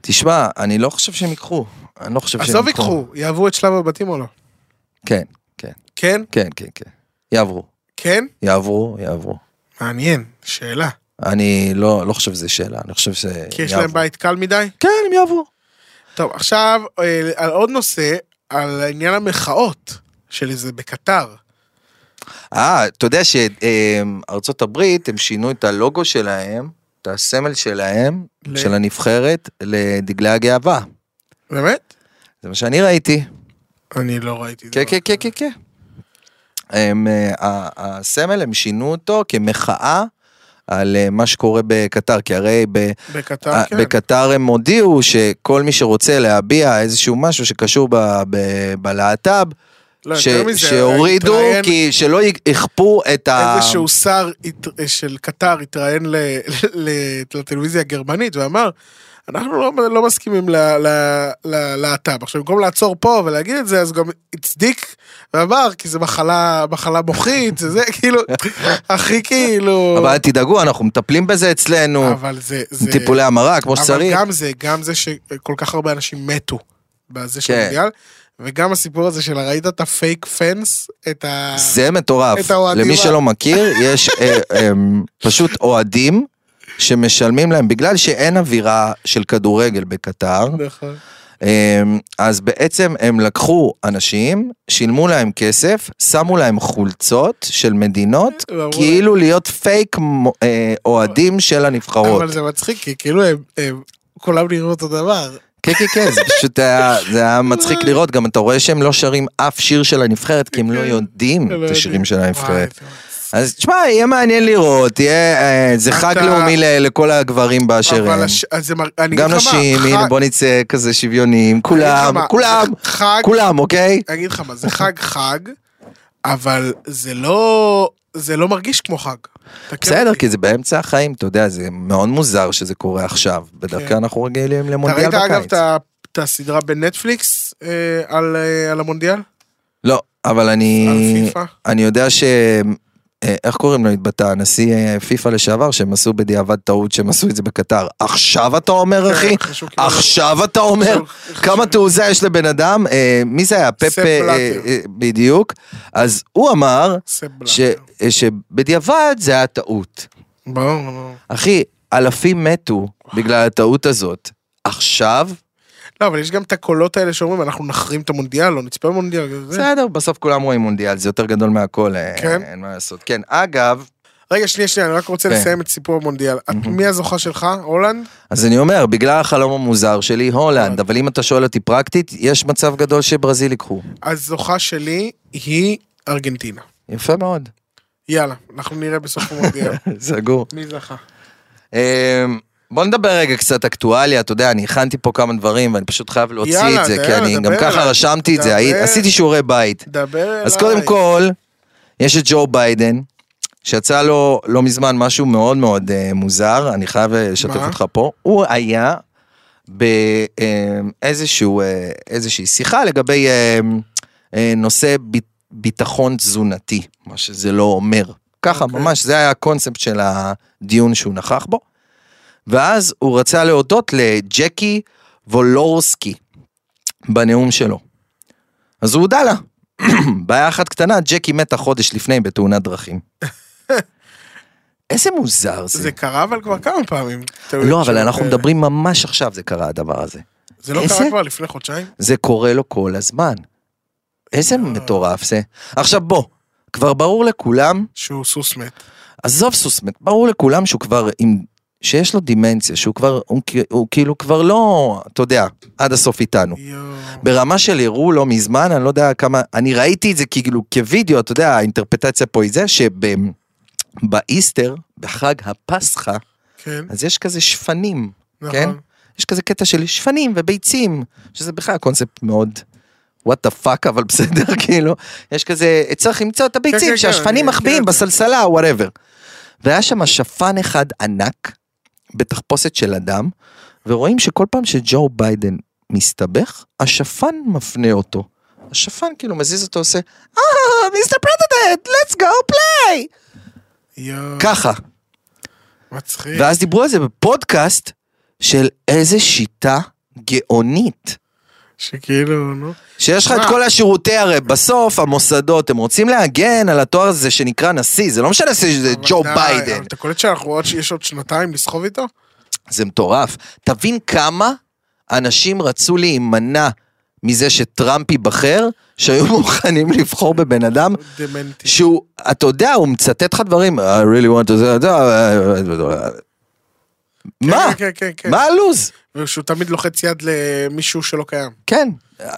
Speaker 3: תשמע, אני לא חושב שהם ייקחו. אני לא חושב שהם
Speaker 2: עזוב ייקחו, יעברו את שלב הבתים או לא?
Speaker 3: כן, כן,
Speaker 2: כן?
Speaker 3: כן, כן, כן. יעברו,
Speaker 2: כן?
Speaker 3: יעברו, יעברו.
Speaker 2: מעניין, שאלה.
Speaker 3: אני לא, לא חושב שזה שאלה, אני חושב שזה יעברו.
Speaker 2: כי יש להם בית קל מדי?
Speaker 3: כן, הם יעברו.
Speaker 2: טוב, עכשיו אה, על עוד נושא, על עניין המחאות של זה בקטר.
Speaker 3: אה, אתה יודע שארצות הברית, הם שינו את הלוגו שלהם, את הסמל שלהם,
Speaker 2: ל-
Speaker 3: של הנבחרת, לדגלי הגאווה.
Speaker 2: באמת?
Speaker 3: זה מה שאני ראיתי.
Speaker 2: אני לא ראיתי את
Speaker 3: כן,
Speaker 2: זה.
Speaker 3: כן, כן, כן, כן. הם, אה, ה- הסמל, הם שינו אותו כמחאה על אה, מה שקורה בקטר, כי הרי ב...
Speaker 2: בקטר,
Speaker 3: אה,
Speaker 2: כן.
Speaker 3: בקטר הם הודיעו שכל מי שרוצה להביע איזשהו משהו שקשור ב- ב- בלהט"ב,
Speaker 2: לא,
Speaker 3: ש-
Speaker 2: יותר מזה, אה,
Speaker 3: שהורידו,
Speaker 2: התראיין-
Speaker 3: כי שלא י- יכפו את ה...
Speaker 2: איזשהו שר הת- של קטר התראיין ל- ל- לטלוויזיה הגרמנית ואמר, אנחנו לא, לא מסכימים ל- ל- ל- להט"ב. עכשיו, במקום לעצור פה ולהגיד את זה, אז גם הצדיק ואמר, כי זה מחלה, מחלה מוחית, זה [LAUGHS] זה, כאילו, הכי כאילו...
Speaker 3: [LAUGHS] אבל אל תדאגו, אנחנו מטפלים בזה אצלנו,
Speaker 2: אבל זה... זה...
Speaker 3: טיפולי המרה כמו
Speaker 2: אבל
Speaker 3: שצריך.
Speaker 2: גם זה, גם זה שכל כך הרבה אנשים מתו בזה של
Speaker 3: כן.
Speaker 2: המונדיאל, וגם הסיפור הזה של ראית את הפייק פנס, את ה...
Speaker 3: זה מטורף.
Speaker 2: את האוהדים
Speaker 3: למי
Speaker 2: ה-
Speaker 3: שלא מכיר, יש אה, אמ, פשוט אוהדים שמשלמים להם, בגלל שאין אווירה של כדורגל בקטר,
Speaker 2: נכון.
Speaker 3: אמ, אז בעצם הם לקחו אנשים, שילמו להם כסף, שמו להם חולצות של מדינות,
Speaker 2: אה, ואמרו להם-
Speaker 3: כאילו להיות פייק מ- אה, אוהדים של הנבחרות.
Speaker 2: אבל זה מצחיק, כי כאילו הם, הם כולם נראו אותו דבר.
Speaker 3: כן, כן, כן, זה פשוט היה, זה היה מצחיק
Speaker 2: [LAUGHS]
Speaker 3: לראות, גם אתה רואה שהם לא שרים אף שיר של הנבחרת, כי הם לא יודעים
Speaker 2: הם לא
Speaker 3: את
Speaker 2: יודעים.
Speaker 3: השירים של
Speaker 2: וואי,
Speaker 3: הנבחרת.
Speaker 2: זה מצחיק.
Speaker 3: אז תשמע, יהיה מעניין לראות, יהיה, אה, זה חג
Speaker 2: אתה-
Speaker 3: לאומי ל- לכל הגברים באשר
Speaker 2: אבל
Speaker 3: הם.
Speaker 2: הש- אז זה מר- אני
Speaker 3: גם
Speaker 2: אגיד לך מה,
Speaker 3: נשים,
Speaker 2: חג-
Speaker 3: הנה בוא נצא כזה שוויוניים, כולם,
Speaker 2: מה,
Speaker 3: כולם,
Speaker 2: חג- כן.
Speaker 3: כולם, אוקיי?
Speaker 2: אני אגיד לך מה, זה חג חג, אבל זה לא, זה לא מרגיש כמו חג. אתה כן-
Speaker 3: בסדר, כי זה באמצע החיים, אתה יודע, זה מאוד מוזר שזה קורה עכשיו. בדרך
Speaker 2: כן.
Speaker 3: כלל אנחנו רגילים
Speaker 2: אתה
Speaker 3: למונדיאל
Speaker 2: ראית אגב
Speaker 3: בקיץ.
Speaker 2: את ה- את הסדרה בנטפליקס אה, על אה, על המונדיאל?
Speaker 3: לא, אבל
Speaker 2: על
Speaker 3: אני...
Speaker 2: פיפא?
Speaker 3: אני יודע ש... אה, איך קוראים לו התבטא? הנשיא אה, פיפא לשעבר, שהם עשו בדיעבד טעות שהם עשו את זה בקטר. עכשיו אתה אומר, אחי?
Speaker 2: חשוב כאילו-
Speaker 3: עכשיו אתה אומר?
Speaker 2: חשוב-
Speaker 3: כמה תעוזה יש לבן אדם? אה, מי זה היה? פפה... אה,
Speaker 2: בלאטר.
Speaker 3: אה, בדיוק. אז הוא אמר
Speaker 2: ספ בלאטר.
Speaker 3: ש- אה, שבדיעבד זה היה טעות.
Speaker 2: ברור, ברור.
Speaker 3: אחי, אלפים מתו בגלל הטעות הזאת. עכשיו?
Speaker 2: לא, אבל יש גם את הקולות האלה שאומרים, אנחנו נחרים את המונדיאל, לא נצפה במונדיאל. זה-
Speaker 3: בסדר, בסוף כולם רואים מונדיאל, זה יותר גדול מהכל, אה,
Speaker 2: כן.
Speaker 3: אין מה לעשות. כן, אגב,
Speaker 2: רגע, שנייה, שנייה, אני רק רוצה
Speaker 3: כן.
Speaker 2: לסיים את סיפור המונדיאל. את- מי הזוכה שלך? הולנד?
Speaker 3: אז אני אומר, בגלל החלום המוזר שלי, הולנד,
Speaker 2: הולנד.
Speaker 3: אבל אם אתה שואל אותי פרקטית, יש מצב גדול שברזיל ייקחו.
Speaker 2: הזוכה שלי היא ארגנטינה.
Speaker 3: יפה מאוד, [LAUGHS]
Speaker 2: יאללה, אנחנו נראה בסוף המונדיאל.
Speaker 3: סגור.
Speaker 2: מי זכה?
Speaker 3: אמ, בוא נדבר רגע קצת אקטואליה, אתה יודע, אני הכנתי פה כמה דברים ואני פשוט חייב להוציא
Speaker 2: יאללה,
Speaker 3: את זה, כי
Speaker 2: יאללה,
Speaker 3: אני גם
Speaker 2: דבר
Speaker 3: ככה
Speaker 2: אליי.
Speaker 3: רשמתי את זה,
Speaker 2: דבר.
Speaker 3: הי- עשיתי שיעורי בית.
Speaker 2: דבר אליי.
Speaker 3: אז קודם כל, יש את ג'ו ביידן, שיצא לו לא מזמן משהו מאוד מאוד אה, מוזר, אני חייב אה, לשתף
Speaker 2: מה?
Speaker 3: אותך פה. הוא היה אה, באיזושהי אה, שיחה לגבי אה, אה, נושא ב- ביטחון תזונתי, מה שזה לא אומר. ככה,
Speaker 2: אוקיי.
Speaker 3: ממש, זה היה הקונספט של הדיון שהוא נכח בו. ואז הוא רצה להודות לג'קי וולורסקי בנאום שלו. אז הוא הודה לה. [CLEARS THROAT] בעיה אחת קטנה, ג'קי מתה חודש לפני בתאונת דרכים. איזה מוזר זה.
Speaker 2: זה כאילו קרה אבל כבר כמה פעמים.
Speaker 3: לא, אבל
Speaker 2: טעויות
Speaker 3: אנחנו
Speaker 2: כאלה.
Speaker 3: מדברים ממש עכשיו זה קרה הדבר הזה.
Speaker 2: זה לא
Speaker 3: איזה?
Speaker 2: קרה כבר לפני חודשיים?
Speaker 3: זה קורה לו כל הזמן. איזה מטורף זה. עכשיו בוא, כבר ברור לכולם,
Speaker 2: שהוא סוס מת.
Speaker 3: עזוב סוס מת, ברור לכולם שהוא כבר עם... שיש לו דימנציה, שהוא כבר, הוא, כ- הוא כאילו כבר לא, אתה יודע, עד הסוף איתנו.
Speaker 2: יואו.
Speaker 3: ברמה של הראו לא מזמן, אני לא יודע כמה, אני ראיתי את זה כאילו כווידאו, אתה יודע, האינטרפטציה פה היא זה שבאיסטר, בחג הפסחא,
Speaker 2: כן,
Speaker 3: אז יש כזה שפנים,
Speaker 2: נכון.
Speaker 3: כן? יש כזה קטע של שפנים וביצים, שזה בכלל קונספט מאוד... וואט דה פאק אבל [LAUGHS] בסדר כאילו יש כזה צריך למצוא את
Speaker 2: כן,
Speaker 3: הביצים
Speaker 2: כן,
Speaker 3: שהשפנים
Speaker 2: אני מכיר
Speaker 3: מחביאים
Speaker 2: את זה.
Speaker 3: בסלסלה וואטאבר. והיה שם שפן אחד ענק בתחפושת של אדם ורואים שכל פעם שג'ו ביידן מסתבך השפן מפנה אותו. השפן כאילו מזיז אותו עושה אה מיסטר פרדדד let's go play
Speaker 2: יואו,
Speaker 3: ככה
Speaker 2: מצחיק.
Speaker 3: ואז דיברו על זה בפודקאסט של איזה שיטה גאונית.
Speaker 2: שכאילו, נו.
Speaker 3: שיש לך
Speaker 2: מה?
Speaker 3: את כל השירותי הרי בסוף המוסדות הם רוצים להגן על התואר הזה שנקרא נשיא זה לא משנה שזה
Speaker 2: אבל
Speaker 3: ג'ו
Speaker 2: די,
Speaker 3: ביידן
Speaker 2: אבל אתה קולט שאנחנו עוד שיש עוד שנתיים לסחוב איתו?
Speaker 3: זה מטורף תבין כמה אנשים רצו להימנע מזה שטראמפ ייבחר שהיו [LAUGHS] מוכנים לבחור בבן אדם
Speaker 2: דמנטי.
Speaker 3: שהוא אתה יודע הוא מצטט לך דברים I really want to זה זה- מה
Speaker 2: כן, כן, כן.
Speaker 3: מה הלו"ז
Speaker 2: ושהוא תמיד לוחץ יד למישהו שלא קיים.
Speaker 3: כן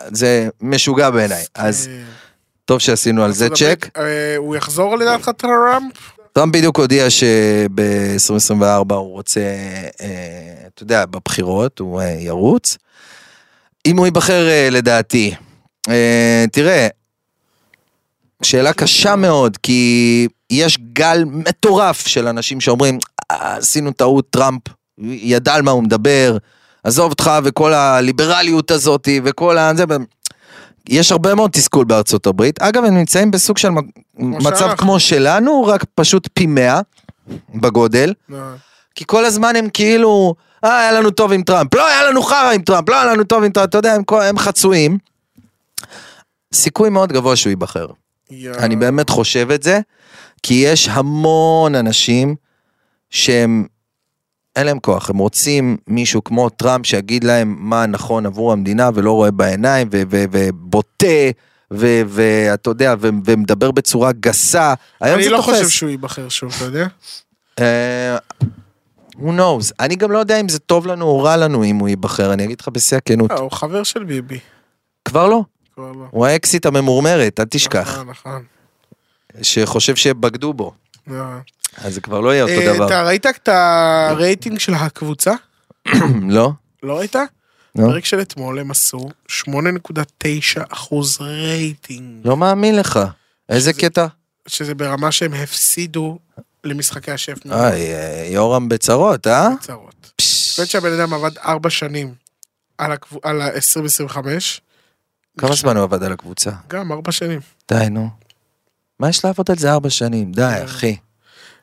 Speaker 3: זה משוגע בעיניי אז
Speaker 2: אה,
Speaker 3: טוב שעשינו על זה
Speaker 2: ארצות
Speaker 3: צ'ק.
Speaker 2: הברית, אה, הוא יחזור לדעתך טראמפ?
Speaker 3: טראמפ בדיוק הודיע שב-2024 הוא רוצה, אה, אתה יודע, בבחירות הוא אה, ירוץ. אם הוא ייבחר אה, לדעתי, אה, תראה, שאלה קשה מאוד, כי יש גל מטורף של אנשים שאומרים, "אה, עשינו טעות, טראמפ ידע על מה הוא מדבר, עזוב אותך וכל הליברליות הזאת וכל ה... זה, יש הרבה מאוד תסכול בארצות הברית. אגב, הם נמצאים בסוג של מ- מצב
Speaker 2: שאנחנו.
Speaker 3: כמו שלנו, רק פשוט פי 100 בגודל,
Speaker 2: לא.
Speaker 3: כי כל הזמן הם כאילו, אה, היה לנו טוב עם טראמפ, לא, היה לנו חרא עם טראמפ, לא, היה לנו טוב עם טראמפ, אתה יודע, הם, כל- הם חצויים. סיכוי מאוד גבוה שהוא ייבחר.
Speaker 2: יואו.
Speaker 3: אני באמת חושב את זה, כי יש המון אנשים שהם, אין להם כוח, הם רוצים מישהו כמו טראמפ שיגיד להם מה נכון עבור המדינה ולא רואה בעיניים ו- ו- ובוטה. ו- ואתה יודע, ו- ומדבר בצורה גסה, היום
Speaker 2: אני
Speaker 3: זה
Speaker 2: לא
Speaker 3: תופס.
Speaker 2: חושב שהוא ייבחר שוב, אתה יודע?
Speaker 3: אה, who knows, אני גם לא יודע אם זה טוב לנו או רע לנו אם הוא ייבחר, אני אגיד לך בשיא הכנות.
Speaker 2: אה, הוא חבר של ביבי.
Speaker 3: כבר לא,
Speaker 2: כבר לא.
Speaker 3: הוא האקסיט הממורמרת, אל תשכח,
Speaker 2: נכון, נכון.
Speaker 3: שחושב שבגדו בו.
Speaker 2: אה.
Speaker 3: אז זה כבר לא יהיה
Speaker 2: אה,
Speaker 3: אותו דבר.
Speaker 2: אתה ראית את הרייטינג של הקבוצה?
Speaker 3: [CLEARS THROAT] לא?
Speaker 2: לא ראית?
Speaker 3: לא.
Speaker 2: פרק של אתמול הם עשו 8.9 אחוז רייטינג,
Speaker 3: לא מאמין לך. איזה
Speaker 2: שזה-
Speaker 3: קטע?
Speaker 2: שזה ברמה שהם הפסידו למשחקי השף
Speaker 3: אוי, אה, יורם בצרות, אה?
Speaker 2: מהצרות. באמת שהבן אדם עבד ארבע שנים על הקב- על ה-2025,
Speaker 3: כמה זמן הוא עבד על הקבוצה?
Speaker 2: גם ארבע שנים,
Speaker 3: די, נו. מה יש לעבוד על זה ארבע שנים? די, אחי.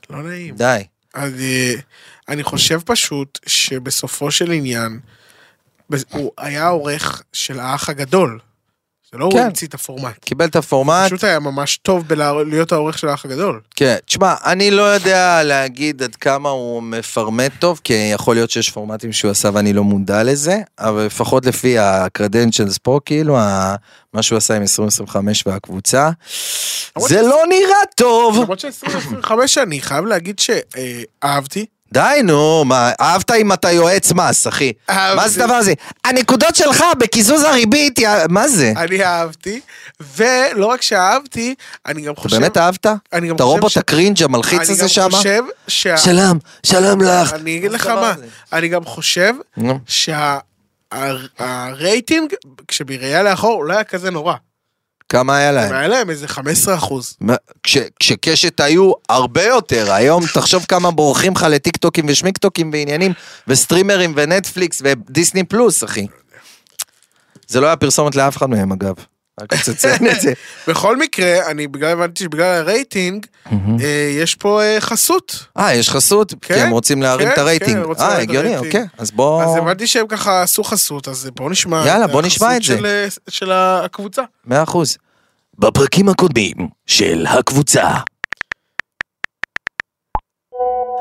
Speaker 2: לא נעים.
Speaker 3: די.
Speaker 2: אז אה, אני חושב פשוט שבסופו של עניין, בס- הוא היה עורך של האח הגדול. זה לא הוא
Speaker 3: כן.
Speaker 2: המציא את הפורמט.
Speaker 3: קיבל את הפורמט,
Speaker 2: פשוט היה ממש טוב בלהיות העורך של האח הגדול.
Speaker 3: כן. תשמע, אני לא יודע להגיד עד כמה הוא מפרמט טוב, כי יכול להיות שיש פורמטים שהוא עשה ואני לא מודע לזה, אבל לפחות לפי ה-credentials פה, כאילו, ה- מה שהוא עשה עם 2025 והקבוצה,
Speaker 2: למרות
Speaker 3: זה
Speaker 2: ש-
Speaker 3: לא נראה טוב.
Speaker 2: למרות ש-25 אני חייב להגיד אה, שאהבתי.
Speaker 3: די, נו, מה, אהבת אם אתה יועץ מס, אחי.
Speaker 2: אהבתי.
Speaker 3: מה זה הדבר הזה? הנקודות שלך בקיזוז הריבית, יא... מה זה?
Speaker 2: אני אהבתי, ולא רק שאהבתי, אני גם חושב...
Speaker 3: באמת אהבת?
Speaker 2: אני גם
Speaker 3: את
Speaker 2: חושב
Speaker 3: הרובוט
Speaker 2: ש-
Speaker 3: הקרינג' המלחיץ
Speaker 2: אני
Speaker 3: הזה
Speaker 2: גם
Speaker 3: שם?
Speaker 2: חושב שה...
Speaker 3: שלום, שלום לך.
Speaker 2: אני אגיד לך
Speaker 3: הדבר
Speaker 2: מה,
Speaker 3: הזה?
Speaker 2: אני גם חושב
Speaker 3: נו.
Speaker 2: שהרייטינג, כשבראייה לאחור, הוא לא היה כזה נורא.
Speaker 3: כמה היה להם?
Speaker 2: היה להם איזה 15 אחוז.
Speaker 3: מה- כש- כשקשת היו הרבה יותר, היום תחשוב כמה בורחים לך לטיקטוקים ושמיקטוקים ועניינים וסטרימרים ונטפליקס ודיסני פלוס, אחי. זה לא היה פרסומת לאף אחד מהם אגב. רק
Speaker 2: [LAUGHS]
Speaker 3: רוצה לציין את זה.
Speaker 2: בכל מקרה, אני בגלל הבנתי שבגלל הרייטינג, אה, יש פה אה, חסות.
Speaker 3: אה, יש חסות?
Speaker 2: כן,
Speaker 3: כי הם רוצים להרים
Speaker 2: כן,
Speaker 3: את הרייטינג.
Speaker 2: כן, רוצים
Speaker 3: אה,
Speaker 2: להרים את
Speaker 3: הגיוני,
Speaker 2: הרייטינג.
Speaker 3: אוקיי. אז בוא...
Speaker 2: אז הבנתי שהם ככה עשו חסות, אז בואו נשמע.
Speaker 3: יאללה, בוא
Speaker 2: החסות
Speaker 3: נשמע את זה.
Speaker 2: של, אה, של הקבוצה.
Speaker 3: מאה אחוז. בפרקים הקודמים של הקבוצה.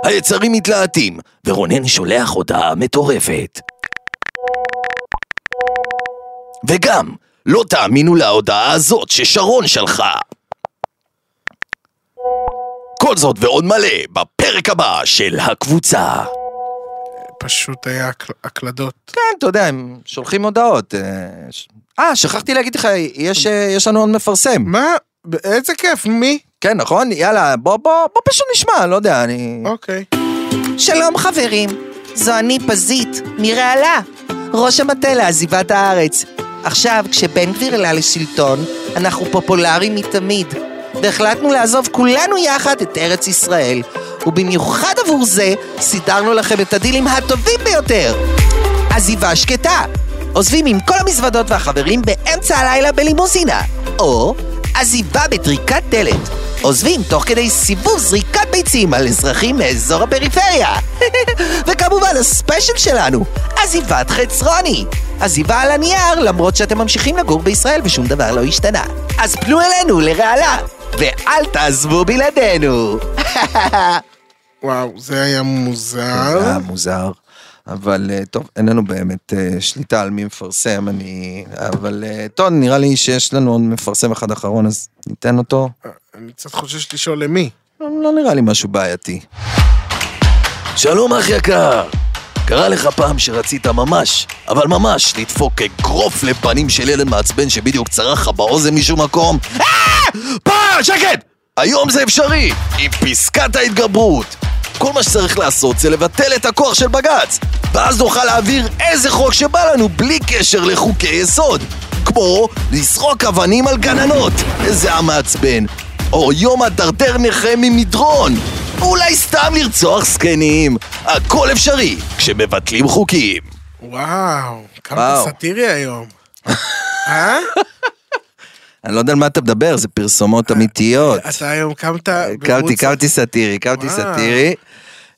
Speaker 3: היצרים מתלהטים, ורונן שולח הודעה מטורפת. וגם, לא תאמינו להודעה הזאת ששרון שלחה. כל זאת ועוד מלא בפרק הבא של הקבוצה.
Speaker 2: פשוט היה הקל- הקלדות.
Speaker 3: כן, אתה יודע, הם שולחים הודעות. אה, ש- אה, שכחתי להגיד לך, יש, אה, יש לנו עוד מפרסם.
Speaker 2: מה? איזה כיף, מי?
Speaker 3: כן, נכון? יאללה, בוא, בוא, בוא פשוט נשמע, לא יודע, אני...
Speaker 2: אוקיי.
Speaker 5: שלום חברים, זו אני פזית, מרעלה, ראש המטה לעזיבת הארץ. עכשיו, כשבן גביר עלה לשלטון, אנחנו פופולריים מתמיד, והחלטנו לעזוב כולנו יחד את ארץ ישראל, ובמיוחד עבור זה, סידרנו לכם את הדילים הטובים ביותר. עזיבה שקטה, עוזבים עם כל המזוודות והחברים באמצע הלילה בלימוזינה, או עזיבה בטריקת דלת, עוזבים תוך כדי סיבוב זריקת ביצים על אזרחים מאזור הפריפריה, [LAUGHS] וכמובן הספיישל שלנו, עזיבת חצרוני, עזיבה על הנייר למרות שאתם ממשיכים לגור בישראל ושום דבר לא השתנה, אז פנו אלינו לרעלה, ואל תעזבו בלעדינו.
Speaker 2: וואו, זה היה מוזר.
Speaker 3: היה מוזר. אבל אה, טוב, אין לנו באמת אה, שליטה על מי מפרסם, אני... אבל אה, טוב, נראה לי שיש לנו עוד מפרסם אחד אחרון, אז ניתן אותו.
Speaker 2: אני קצת חושש לשאול למי.
Speaker 3: לא לא נראה לי משהו בעייתי. שלום אח יקר! קרה לך פעם שרצית ממש, אבל ממש, לדפוק אגרוף לפנים של ילד מעצבן שבדיוק צרח לך באוזן משום מקום? אה! פעם! שקט! היום זה אפשרי, עם פסקת ההתגברות. כל מה שצריך לעשות זה לבטל את הכוח של בג"ץ, ואז נוכל להעביר איזה חוק שבא לנו בלי קשר לחוקי יסוד. כמו לזרוק אבנים על גננות, איזה עם מעצבן. או יום הדרדר נכה ממדרון. אולי סתם לרצוח זקנים. הכל אפשרי כשמבטלים חוקים.
Speaker 2: וואו, כמה
Speaker 3: וואו.
Speaker 2: אתה סאטירי היום.
Speaker 3: [LAUGHS]
Speaker 2: אה?
Speaker 3: אני לא יודע על מה אתה מדבר, זה פרסומות אמיתיות.
Speaker 2: אתה היום קמת...
Speaker 3: קמתי,
Speaker 2: בערוץ-
Speaker 3: קמתי סאטירי, קמתי
Speaker 2: אה, וואו.
Speaker 3: סאטירי.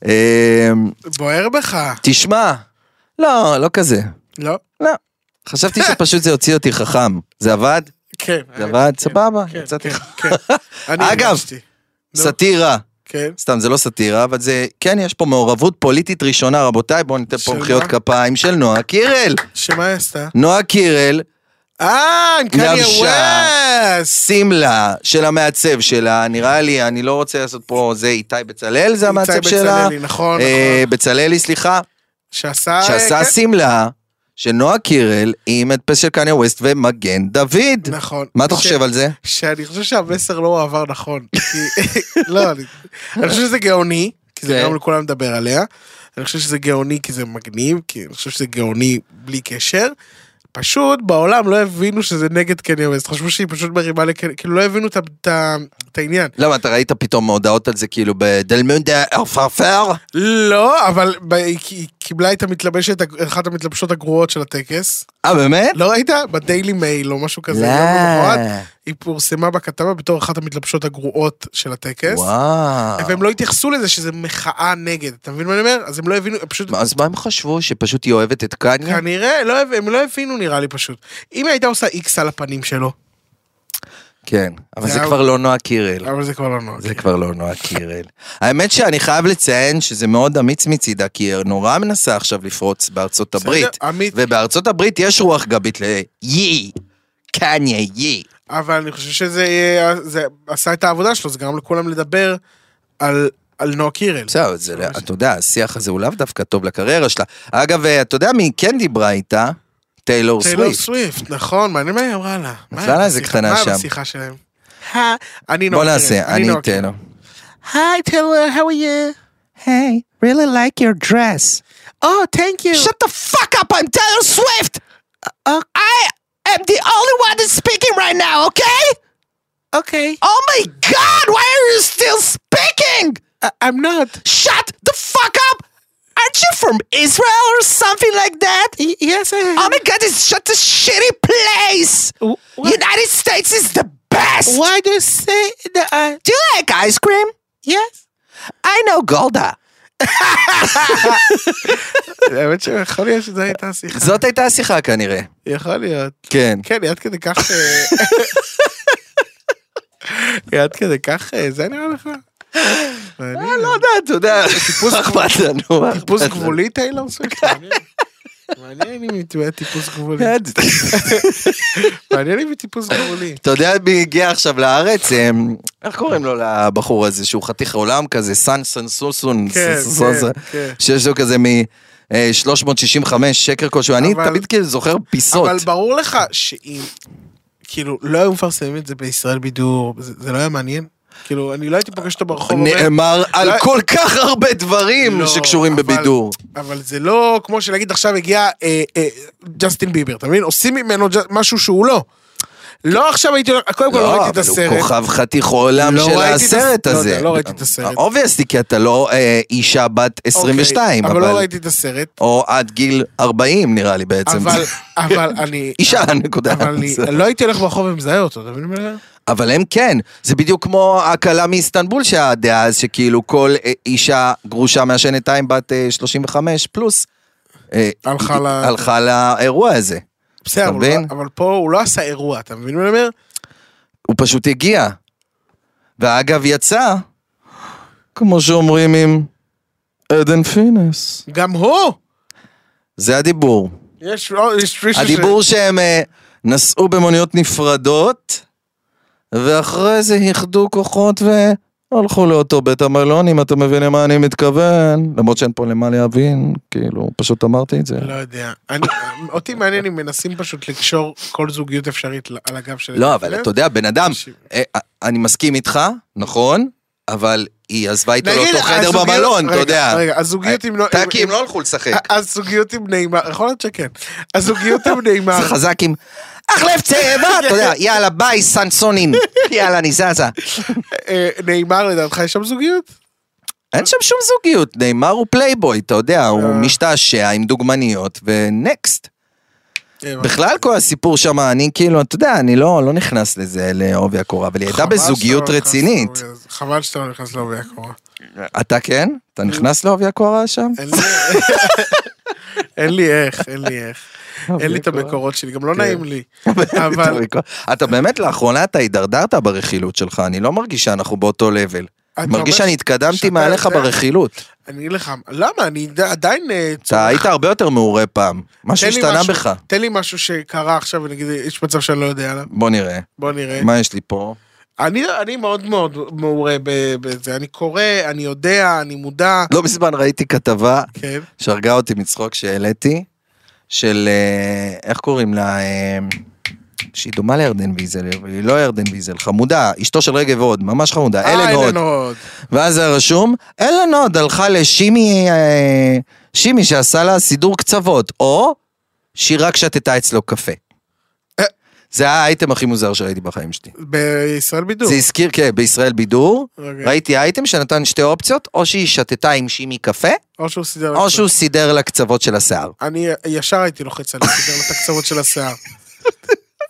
Speaker 3: אמ,
Speaker 2: בוער בך.
Speaker 3: תשמע, לא, לא כזה.
Speaker 2: לא?
Speaker 3: לא.
Speaker 2: [LAUGHS]
Speaker 3: חשבתי שפשוט זה יוציא אותי חכם. זה עבד?
Speaker 2: כן.
Speaker 3: זה עבד? סבבה,
Speaker 2: כן,
Speaker 3: יצאתי.
Speaker 2: כן, לא. כן. אני
Speaker 3: אגב,
Speaker 2: הרגשתי. נו,
Speaker 3: סאטירה.
Speaker 2: כן.
Speaker 3: סתם, זה לא סאטירה, אבל זה... כן, יש פה מעורבות פוליטית ראשונה, רבותיי, בואו ניתן פה
Speaker 2: של
Speaker 3: מחיאות
Speaker 2: מה?
Speaker 3: כפיים של נועה קירל.
Speaker 2: שמה היא עשתה?
Speaker 3: נועה קירל,
Speaker 2: אה, עם קניה
Speaker 3: לבשה.
Speaker 2: ווסט.
Speaker 3: שמלה של המעצב שלה, נראה לי, אני לא רוצה לעשות פה, זה איתי בצלאל, זה המעצב
Speaker 2: איתי
Speaker 3: שלה.
Speaker 2: בצלאלי, נכון,
Speaker 3: אה,
Speaker 2: נכון.
Speaker 3: בצלאלי, סליחה,
Speaker 2: שעשה...
Speaker 3: שעשה
Speaker 2: אה, כן.
Speaker 3: שמלה שנועה קירל היא מדפס של קניה ווסט ומגן דוד.
Speaker 2: נכון.
Speaker 3: מה אתה
Speaker 2: ש-
Speaker 3: חושב על זה?
Speaker 2: שאני חושב שהמסר לא הועבר נכון. כי- [LAUGHS] לא, אני אני חושב שזה גאוני, כי זה
Speaker 3: כן.
Speaker 2: גם לכולם לדבר עליה. אני חושב שזה גאוני כי זה מגניב, כי אני חושב שזה גאוני בלי קשר. פשוט בעולם לא הבינו שזה נגד קניה ווסט, חשבו שהיא פשוט מרימה לקניה, כאילו לא הבינו את ה- את ה- את העניין.
Speaker 3: למה, לא, אתה ראית פתאום הודעות על זה כאילו בדלמונדה עפרפר?
Speaker 2: לא, אבל ב- היא היא קיבלה את המתלבשת, אחת המתלבשות הגרועות של הטקס.
Speaker 3: אה, באמת?
Speaker 2: לא ראית? בדיילי מייל או משהו כזה,
Speaker 3: לא.
Speaker 2: יום למחרת, היא פורסמה בכתבה בתור אחת המתלבשות הגרועות של הטקס.
Speaker 3: וואו.
Speaker 2: והם לא התייחסו לזה שזה מחאה נגד, אתה מבין מה אני אומר? אז הם לא הבינו, הם פשוט...
Speaker 3: אז מה הם חשבו? שפשוט היא אוהבת את קניה?
Speaker 2: כנראה, לא, הב- הם לא הבינו נראה לי פשוט. אם היא הייתה עושה איקס על הפנים שלו,
Speaker 3: כן. אבל
Speaker 2: זה
Speaker 3: זה
Speaker 2: היה-
Speaker 3: כבר לא נועה קירל.
Speaker 2: אבל זה כבר לא נורא.
Speaker 3: זה כבר לא נועה קירל. האמת שאני חייב לציין שזה מאוד אמיץ מצידה, כי היא נורא מנסה עכשיו לפרוץ בארצות
Speaker 2: בסדר,
Speaker 3: הברית.
Speaker 2: עמית.
Speaker 3: ובארצות הברית יש רוח גבית ל... יי! קניה, יי!
Speaker 2: אבל אני חושב שזה אה, זה עשה את העבודה שלו, זה גרם לכולם לדבר על על נועה קירל.
Speaker 3: בסדר, זה, לא-
Speaker 2: ממש.
Speaker 3: אתה יודע, השיח הזה הוא לאו דווקא טוב לקריירה שלה. אגב, אה, אתה יודע מי כן דיברה איתה? טיילור
Speaker 2: טיילור
Speaker 3: סוויפט.
Speaker 2: סוויפט, נכון, מעניין מה היא אמרה לה. מה
Speaker 3: נפלה לה איזה
Speaker 2: בשיחה-
Speaker 3: קטנה
Speaker 2: מה
Speaker 3: שם.
Speaker 2: בשיחה שלהם? "היי, אני נועה
Speaker 3: בוא
Speaker 2: קירל.
Speaker 3: נעשה, אוקיי, אני לא
Speaker 2: נועה
Speaker 3: אתן לו.
Speaker 2: קירל. היי טיילור, how are you?
Speaker 5: Hey, really like your dress.
Speaker 2: Oh, thank you. Uh,
Speaker 5: Shut the fuck up, I'm Taylor Swift! I am the only one that's speaking right now, okay?
Speaker 2: Okay,
Speaker 5: Oh my god, why are you still speaking?
Speaker 2: Uh, I'm not.
Speaker 5: Shut the fuck up! Aren't you from Israel or something like that?
Speaker 2: Y- Yes, I am.
Speaker 5: Oh my god, it's such a shitty place!
Speaker 2: Wh- what?
Speaker 5: United States is the best!
Speaker 2: Why do you say that I...
Speaker 5: Do you like ice cream?
Speaker 2: Yes.
Speaker 5: I know Golda.
Speaker 2: האמת שיכול להיות שזו הייתה השיחה.
Speaker 3: זאת הייתה השיחה כנראה.
Speaker 2: יכול להיות.
Speaker 3: כן.
Speaker 2: כן, היא עד כדי כך... [LAUGHS] אה, היא עד כדי כך... אה, זה נראה לך? מעניין.
Speaker 3: לא יודע, אתה [LAUGHS] יודע, טיפוס אכפת לנו. מה
Speaker 2: טיפוס
Speaker 3: אכפת לנו?
Speaker 2: גבולי טיילור סוויפט? [LAUGHS] מעניין. מעניין אם היא תהיה טיפוס גבולי.
Speaker 3: כן.
Speaker 2: אה, [LAUGHS] מעניין אם היא טיפוס גבולי.
Speaker 3: אתה יודע מי הגיע עכשיו לארץ? אה, איך קוראים לו לבחור הזה שהוא חתיך עולם כזה? סן סן סוסון.
Speaker 2: כן,
Speaker 3: סן, סוסון,
Speaker 2: כן,
Speaker 3: סוסון,
Speaker 2: כן.
Speaker 3: שיש לו כזה מ... אה, 365 שקר כלשהו, אני
Speaker 2: אבל-
Speaker 3: תמיד כאילו זוכר פיסות.
Speaker 2: אבל ברור לך שאם... כאילו, לא היו מפרסמים את זה בישראל בידור, זה זה לא היה מעניין? כאילו, אני לא הייתי פוגש אותו ברחוב. אומר,
Speaker 3: נאמר על
Speaker 2: לא-
Speaker 3: כל כך הרבה דברים
Speaker 2: לא,
Speaker 3: שקשורים
Speaker 2: אבל-
Speaker 3: בבידור.
Speaker 2: אבל זה לא כמו שלהגיד עכשיו הגיע אה, אה, ג'סטין ביבר, אתה מבין? עושים ממנו ג'- משהו שהוא לא. לא עכשיו הייתי, הולך- קודם כל לא ראיתי את
Speaker 3: אבל הוא
Speaker 2: הסרט.
Speaker 3: כוכב חתיך עולם
Speaker 2: לא
Speaker 3: של
Speaker 2: ראיתי את
Speaker 3: הסרט
Speaker 2: הס- לא
Speaker 3: הזה.
Speaker 2: יודע, לא ראיתי את הסרט.
Speaker 3: אובייסטי, כי אתה לא אה, אישה בת
Speaker 2: אוקיי,
Speaker 3: 22,
Speaker 2: אבל לא
Speaker 3: אבל...
Speaker 2: ראיתי את הסרט.
Speaker 3: או עד גיל 40 נראה לי בעצם.
Speaker 2: אבל, אבל אני...
Speaker 3: [LAUGHS] אישה, נקודה.
Speaker 2: אבל אני
Speaker 3: זה-
Speaker 2: לא הייתי הולך ברחוב ומזהה אותו, אתה מבין מה אני אומר?
Speaker 3: אבל הם כן, זה בדיוק כמו הכלה מאיסטנבול שהדעה אז שכאילו כל אה, אישה גרושה מעשנת עין בת אה, 35 פלוס. אה,
Speaker 2: הלכה ל-
Speaker 3: הלכה לאירוע הזה.
Speaker 2: בסדר,
Speaker 3: אתה
Speaker 2: אבל הוא לא-
Speaker 3: מבין?
Speaker 2: אבל פה הוא לא עשה אירוע, אתה מבין מה אני אומר?
Speaker 3: הוא פשוט הגיע. ואגב, יצא, כמו שאומרים עם עדן פינס.
Speaker 2: גם הוא!
Speaker 3: זה הדיבור.
Speaker 2: יש לא- יש מישהו ש...
Speaker 3: הדיבור שהם אה, נסעו במוניות נפרדות, ואחרי זה איחדו כוחות והלכו לאותו בית המלון, אם אתה מבין למה אני מתכוון. למרות שאין פה למה להבין, כאילו, פשוט אמרתי את זה.
Speaker 2: לא יודע. אני- אותי מעניין אם מנסים פשוט לקשור כל זוגיות אפשרית ל- על הגב של...
Speaker 3: לא, אבל אתה יודע, בן אדם,
Speaker 2: תקשיב.
Speaker 3: אה, אה, אני מסכים איתך, נכון, אבל היא עזבה איתו
Speaker 2: נגיד,
Speaker 3: לאותו חדר
Speaker 2: הזוגיות-
Speaker 3: במלון, אתה
Speaker 2: רגע,
Speaker 3: יודע.
Speaker 2: רגע, הזוגיות אם לא...
Speaker 3: טאקי,
Speaker 2: אם- אה,
Speaker 3: הם לא הלכו לשחק.
Speaker 2: הזוגיות עם נעימה, יכול להיות שכן. הזוגיות עם נעימה.
Speaker 3: זה חזק עם אחלף צבע, אתה
Speaker 2: [LAUGHS]
Speaker 3: יודע, יאללה ביי סנסונין, יאללה אני זזה.
Speaker 2: אה, נעימה לדעתך יש שם זוגיות?
Speaker 3: אין שם שום זוגיות, נאמר הוא פלייבוי, אתה יודע,
Speaker 2: אה.
Speaker 3: הוא משתעשע עם דוגמניות ונקסט.
Speaker 2: אה,
Speaker 3: בכלל כל הסיפור שם, אני כאילו, אתה יודע, אני לא לא נכנס לזה לעובי הקורה, אבל היא הייתה
Speaker 2: חבל שאתה לא
Speaker 3: בזוגיות
Speaker 2: נכנס
Speaker 3: רצינית.
Speaker 2: לעובי הזה. חבל שאתה לא נכנס לעובי הקורה.
Speaker 3: אתה כן? אתה נכנס לעובי הקורה שם?
Speaker 2: אין לי- [LAUGHS] אין לי איך, אין לי איך.
Speaker 3: אוקיי,
Speaker 2: אין לי את המקורות שלי,
Speaker 3: כן.
Speaker 2: גם לא
Speaker 3: [LAUGHS]
Speaker 2: נעים לי. אבל
Speaker 3: אתה באמת לאחרונה אתה הידרדרת ברכילות שלך, אני לא מרגיש שאנחנו באותו לבל. מרגיש
Speaker 2: אומר
Speaker 3: שאני התקדמתי
Speaker 2: שאתה
Speaker 3: מעליך
Speaker 2: יודע-
Speaker 3: ברכילות.
Speaker 2: אני אגיד לך, למה? אני עד- עדיין... אה,
Speaker 3: אתה
Speaker 2: צורך.
Speaker 3: היית הרבה יותר מעורה פעם, משהו
Speaker 2: תן לי
Speaker 3: השתנה
Speaker 2: משהו-
Speaker 3: בך.
Speaker 2: תן לי משהו שקרה עכשיו, ונגיד, יש מצב שאני לא יודע עליו.
Speaker 3: בוא נראה,
Speaker 2: בוא נראה.
Speaker 3: מה יש לי פה?
Speaker 2: אני, אני מאוד מאוד מעורה ב- בזה, אני קורא, אני יודע, אני מודע.
Speaker 3: לא מזמן ראיתי כתבה
Speaker 2: כן.
Speaker 3: שהרגה אותי מצחוק שהעליתי, של, אה, איך קוראים לה? אה, שהיא דומה לירדן ויזל, אבל היא לא ירדן ויזל, חמודה, אשתו של רגב הוד, ממש חמודה,
Speaker 2: אה,
Speaker 3: אלן הוד.
Speaker 2: אלן הוד.
Speaker 3: ואז היה רשום, אלן הוד הלכה לשימי, אה, שימי שעשה לה סידור קצוות, או שהיא רק שתתה אצלו קפה.
Speaker 2: אה.
Speaker 3: זה היה האייטם הכי מוזר שראיתי בחיים שלי.
Speaker 2: בישראל בידור.
Speaker 3: זה הזכיר, כן, בישראל בידור,
Speaker 2: אוקיי.
Speaker 3: ראיתי אייטם שנתן שתי אופציות, או שהיא שתתה עם שימי קפה,
Speaker 2: או שהוא סידר לה
Speaker 3: או
Speaker 2: קצת.
Speaker 3: שהוא סידר לה קצוות של השיער.
Speaker 2: אני ישר הייתי לוחץ על סידר לו את הקצוות של
Speaker 3: [LAUGHS]
Speaker 2: השיער.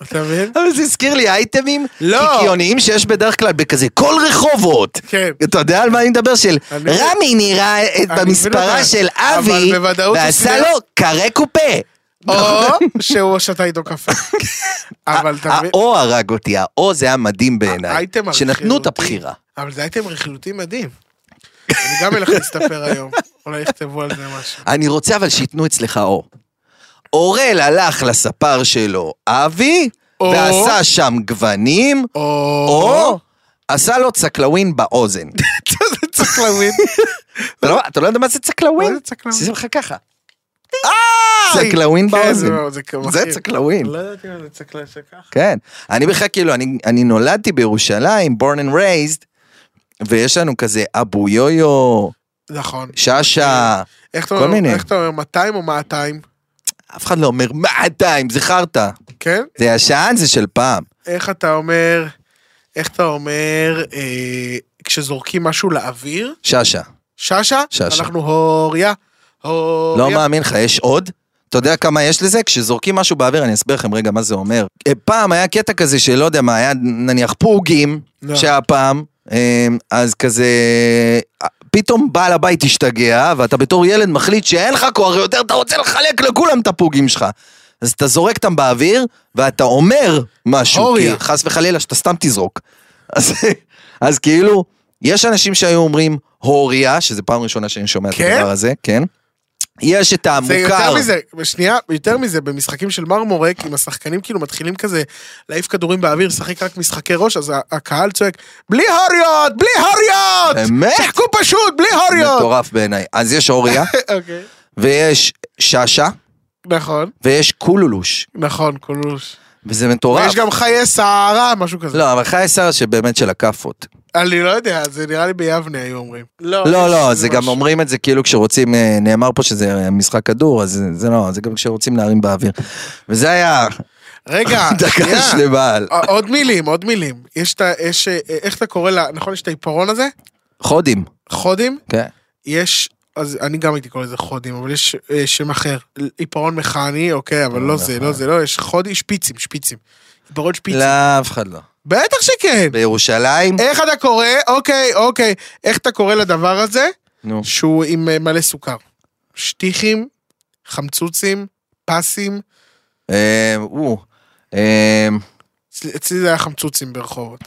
Speaker 2: אתה מבין?
Speaker 3: אבל זה הזכיר לי אייטמים
Speaker 2: לא.
Speaker 3: קיקיוניים שיש בדרך כלל בכזה כל רחובות.
Speaker 2: כן.
Speaker 3: אתה יודע על מה אני מדבר? של
Speaker 2: אני-
Speaker 3: רמי נראה את
Speaker 2: אני מבין
Speaker 3: במספרה
Speaker 2: אותך,
Speaker 3: של אבי,
Speaker 2: אבל בוודאות הוא
Speaker 3: ועשה
Speaker 2: סידר-
Speaker 3: לו קרי קופה.
Speaker 2: או שהוא שתה איתו קפה.
Speaker 3: אה,
Speaker 2: אבל אתה מבין?
Speaker 3: האו הרג אותי, האו זה היה מדהים בעיניי,
Speaker 2: האייטם
Speaker 3: אוקיי, שנתנו את
Speaker 2: הרכילותי.
Speaker 3: הבחירה.
Speaker 2: אבל זה הייתם רכילותי מדהים. אני גם אלך להסתפר היום. אולי יכתבו על זה משהו.
Speaker 3: אני רוצה אבל שייתנו אצלך אור. אורל הלך לספר שלו אבי,
Speaker 2: או-
Speaker 3: ועשה שם גוונים, או
Speaker 2: או...
Speaker 3: עשה לו צקלאווין באוזן. [LAUGHS]
Speaker 2: [LAUGHS] זה צריך להבין.
Speaker 3: אתה לא- אתה לא יודע מה זה צקלאווין?
Speaker 2: מה זה צקלאווין?
Speaker 3: עושים לך ככה. צקלאווין
Speaker 2: כן, זה-
Speaker 3: באוזן.
Speaker 2: זה
Speaker 3: זה
Speaker 2: מכיר.
Speaker 3: צקלאווין.
Speaker 2: לא ידעתי מה זה צקלאווין שככה.
Speaker 3: כן. אני בכלל כאילו, אני- אני נולדתי בירושלים, born and raised, ויש לנו כזה אבו יויו,
Speaker 2: נכון.
Speaker 3: שאשא,
Speaker 2: איך אתה
Speaker 3: כל
Speaker 2: אומר-
Speaker 3: מיני.
Speaker 2: איך אתה אומר 200 או 200?
Speaker 3: אף אחד לא אומר מאתיים, זה חרטא.
Speaker 2: כן?
Speaker 3: זה ישן, זה של פעם.
Speaker 2: איך אתה אומר, איך אתה אומר, אה, כשזורקים משהו לאוויר,
Speaker 3: שאשא.
Speaker 2: שאשא,
Speaker 3: שאשא.
Speaker 2: אנחנו הוריה, הוריה.
Speaker 3: לא מאמין לך, יש עוד? אתה יודע כמה יש לזה? כשזורקים משהו באוויר, אני אסביר לכם רגע מה זה אומר. אה, פעם היה קטע כזה שלא יודע מה, היה נניח פורגים,
Speaker 2: לא.
Speaker 3: שהיה פעם, אה, אז כזה, אה, פתאום בעל הבית השתגע, ואתה בתור ילד מחליט שאין לך כוח יותר, אתה רוצה לחלק לכולם את הפוגים שלך. אז אתה זורק אותם באוויר, ואתה אומר משהו,
Speaker 2: אוריה.
Speaker 3: כי חס וחלילה שאתה סתם תזרוק. אז, אז כאילו, יש אנשים שהיו אומרים הוריה, שזה פעם ראשונה שאני שומע את
Speaker 2: כן?
Speaker 3: הדבר הזה, כן. יש את
Speaker 2: זה
Speaker 3: המוכר.
Speaker 2: יותר מזה, שנייה, יותר מזה, במשחקים של מרמורק, אם השחקנים כאילו מתחילים כזה להעיף כדורים באוויר, לשחק רק משחקי ראש, אז ה- הקהל צועק, בלי הוריות, בלי הוריות!
Speaker 3: באמת?
Speaker 2: שחקו פשוט, בלי הוריות!
Speaker 3: מטורף בעיניי. אז יש
Speaker 2: [LAUGHS]
Speaker 3: אוריה,
Speaker 2: אוקיי.
Speaker 3: ויש שאשא,
Speaker 2: נכון,
Speaker 3: ויש קולולוש,
Speaker 2: נכון, קולוש.
Speaker 3: וזה מטורף.
Speaker 2: יש גם חיי סערה, משהו כזה.
Speaker 3: לא, אבל חי שר שבאמת של הכאפות.
Speaker 2: אני לא יודע, זה נראה לי ביבנה היו אומרים.
Speaker 3: לא, לא, זה גם
Speaker 2: משהו.
Speaker 3: אומרים את זה כאילו כשרוצים, אה, נאמר פה שזה אה, משחק כדור, אז זה- זה לא, זה גם כשרוצים להרים באוויר. וזה היה [LAUGHS]
Speaker 2: רגע,
Speaker 3: דקה
Speaker 2: אה, שנייה.
Speaker 3: שלמה, על-
Speaker 2: א- עוד מילים, עוד מילים. יש את ה... יש... אה, איך אתה קורא לה... נכון, יש את העיפרון הזה?
Speaker 3: חודים.
Speaker 2: חודים?
Speaker 3: כן.
Speaker 2: יש... אז אני גם הייתי קורא לזה חודים, אבל יש אה, שם אחר. עיפרון מכני, אוקיי, אבל לא זה, לא זה, לא, יש חודי, שפיצים, שפיצים. עיפרון שפיצים.
Speaker 3: לא, אף אחד לא.
Speaker 2: בטח שכן!
Speaker 3: בירושלים?
Speaker 2: איך אתה קורא? אוקיי, אוקיי. איך אתה קורא לדבר הזה?
Speaker 3: נו.
Speaker 2: שהוא עם אה, מלא סוכר. שטיחים, חמצוצים, פסים.
Speaker 3: אה, או, אה,
Speaker 2: אצלי- אצלי זה היה חמצוצים ברחובות.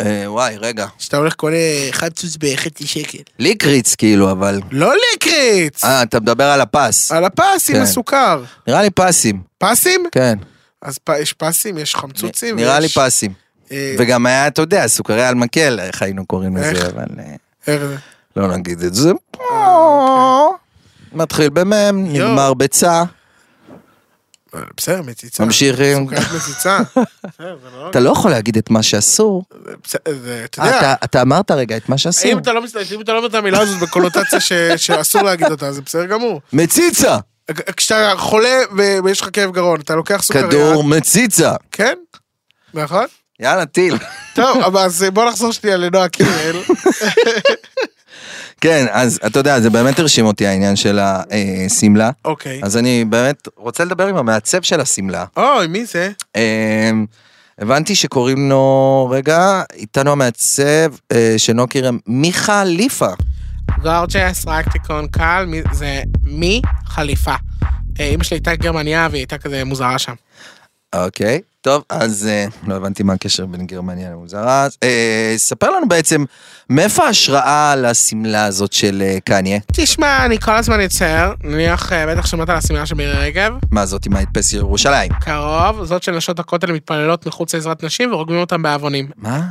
Speaker 3: אה, וואי, רגע.
Speaker 2: שאתה הולך קונה חמצוץ בחצי שקל.
Speaker 3: ליקריץ כאילו, אבל...
Speaker 2: לא לקריץ!
Speaker 3: אה, אתה מדבר על הפס.
Speaker 2: על הפס עם
Speaker 3: כן.
Speaker 2: הסוכר.
Speaker 3: נראה לי פסים,
Speaker 2: פסים?
Speaker 3: כן.
Speaker 2: אז פ- יש פסים, יש חמצוצים.
Speaker 3: נראה לי
Speaker 2: ויש-
Speaker 3: פסים.
Speaker 2: אה,
Speaker 3: וגם היה, אתה יודע, סוכריה על מקל, איך היינו קוראים
Speaker 2: איך?
Speaker 3: לזה, אבל אה,
Speaker 2: אה,
Speaker 3: לא נגיד את זה. אה, מתחיל במם,
Speaker 2: יואו.
Speaker 3: נגמר בצע,
Speaker 2: בסדר, מציצה.
Speaker 3: ממשיכים.
Speaker 2: סוכר מציצה. בסדר, זה לא-
Speaker 3: אתה לא יכול להגיד את מה שאסור.
Speaker 2: בסדר, זה-
Speaker 3: [LAUGHS]
Speaker 2: אתה יודע,
Speaker 3: אתה- אתה אמרת רגע את מה שאסור.
Speaker 2: אם אתה לא מסתכל- אם אתה לא אומר את המילה הזאת בקונוטציה ש-
Speaker 3: [LAUGHS]
Speaker 2: שאסור להגיד אותה, זה בסדר גמור.
Speaker 3: מציצה!
Speaker 2: כ- כשאתה חולה ו- ויש לך כאב גרון, אתה לוקח סוכריה.
Speaker 3: כדור מציצה.
Speaker 2: כן, נכון.
Speaker 3: יאללה,
Speaker 2: [LAUGHS]
Speaker 3: טיל.
Speaker 2: טוב, אבל אז בוא נחזור שנייה לנועה קירל.
Speaker 3: [LAUGHS] כן, אז אתה יודע, זה באמת הרשים אותי העניין של השמלה.
Speaker 2: אוקיי.
Speaker 3: אז אני באמת רוצה לדבר עם המעצב של השמלה.
Speaker 2: אוי, מי זה?
Speaker 3: אמ, הבנתי שקוראים לו, רגע, איתנו המעצב, אה, שלא מכירים, מיכה ליפה.
Speaker 2: גורג'ס, רק תיקון קל, מי- זה מי חליפה. אה, אמא שלי הייתה גרמניה והיא הייתה כזה מוזרה שם.
Speaker 3: אוקיי. טוב, אז אה, לא הבנתי מה הקשר בין גרמניה למוזרה. אה, ספר לנו בעצם, מאיפה ההשראה לשמלה הזאת של אה, קניה?
Speaker 2: תשמע, אני כל הזמן יוצר, נניח, אה, בטח שמעת על הסמינר של מירי רגב,
Speaker 3: מה זאת עם ההדפס ירושלים?
Speaker 2: קרוב, זאת של נשות הכותל מתפללות מחוץ לעזרת נשים ורוגמים אותן בעוונים.
Speaker 3: מה?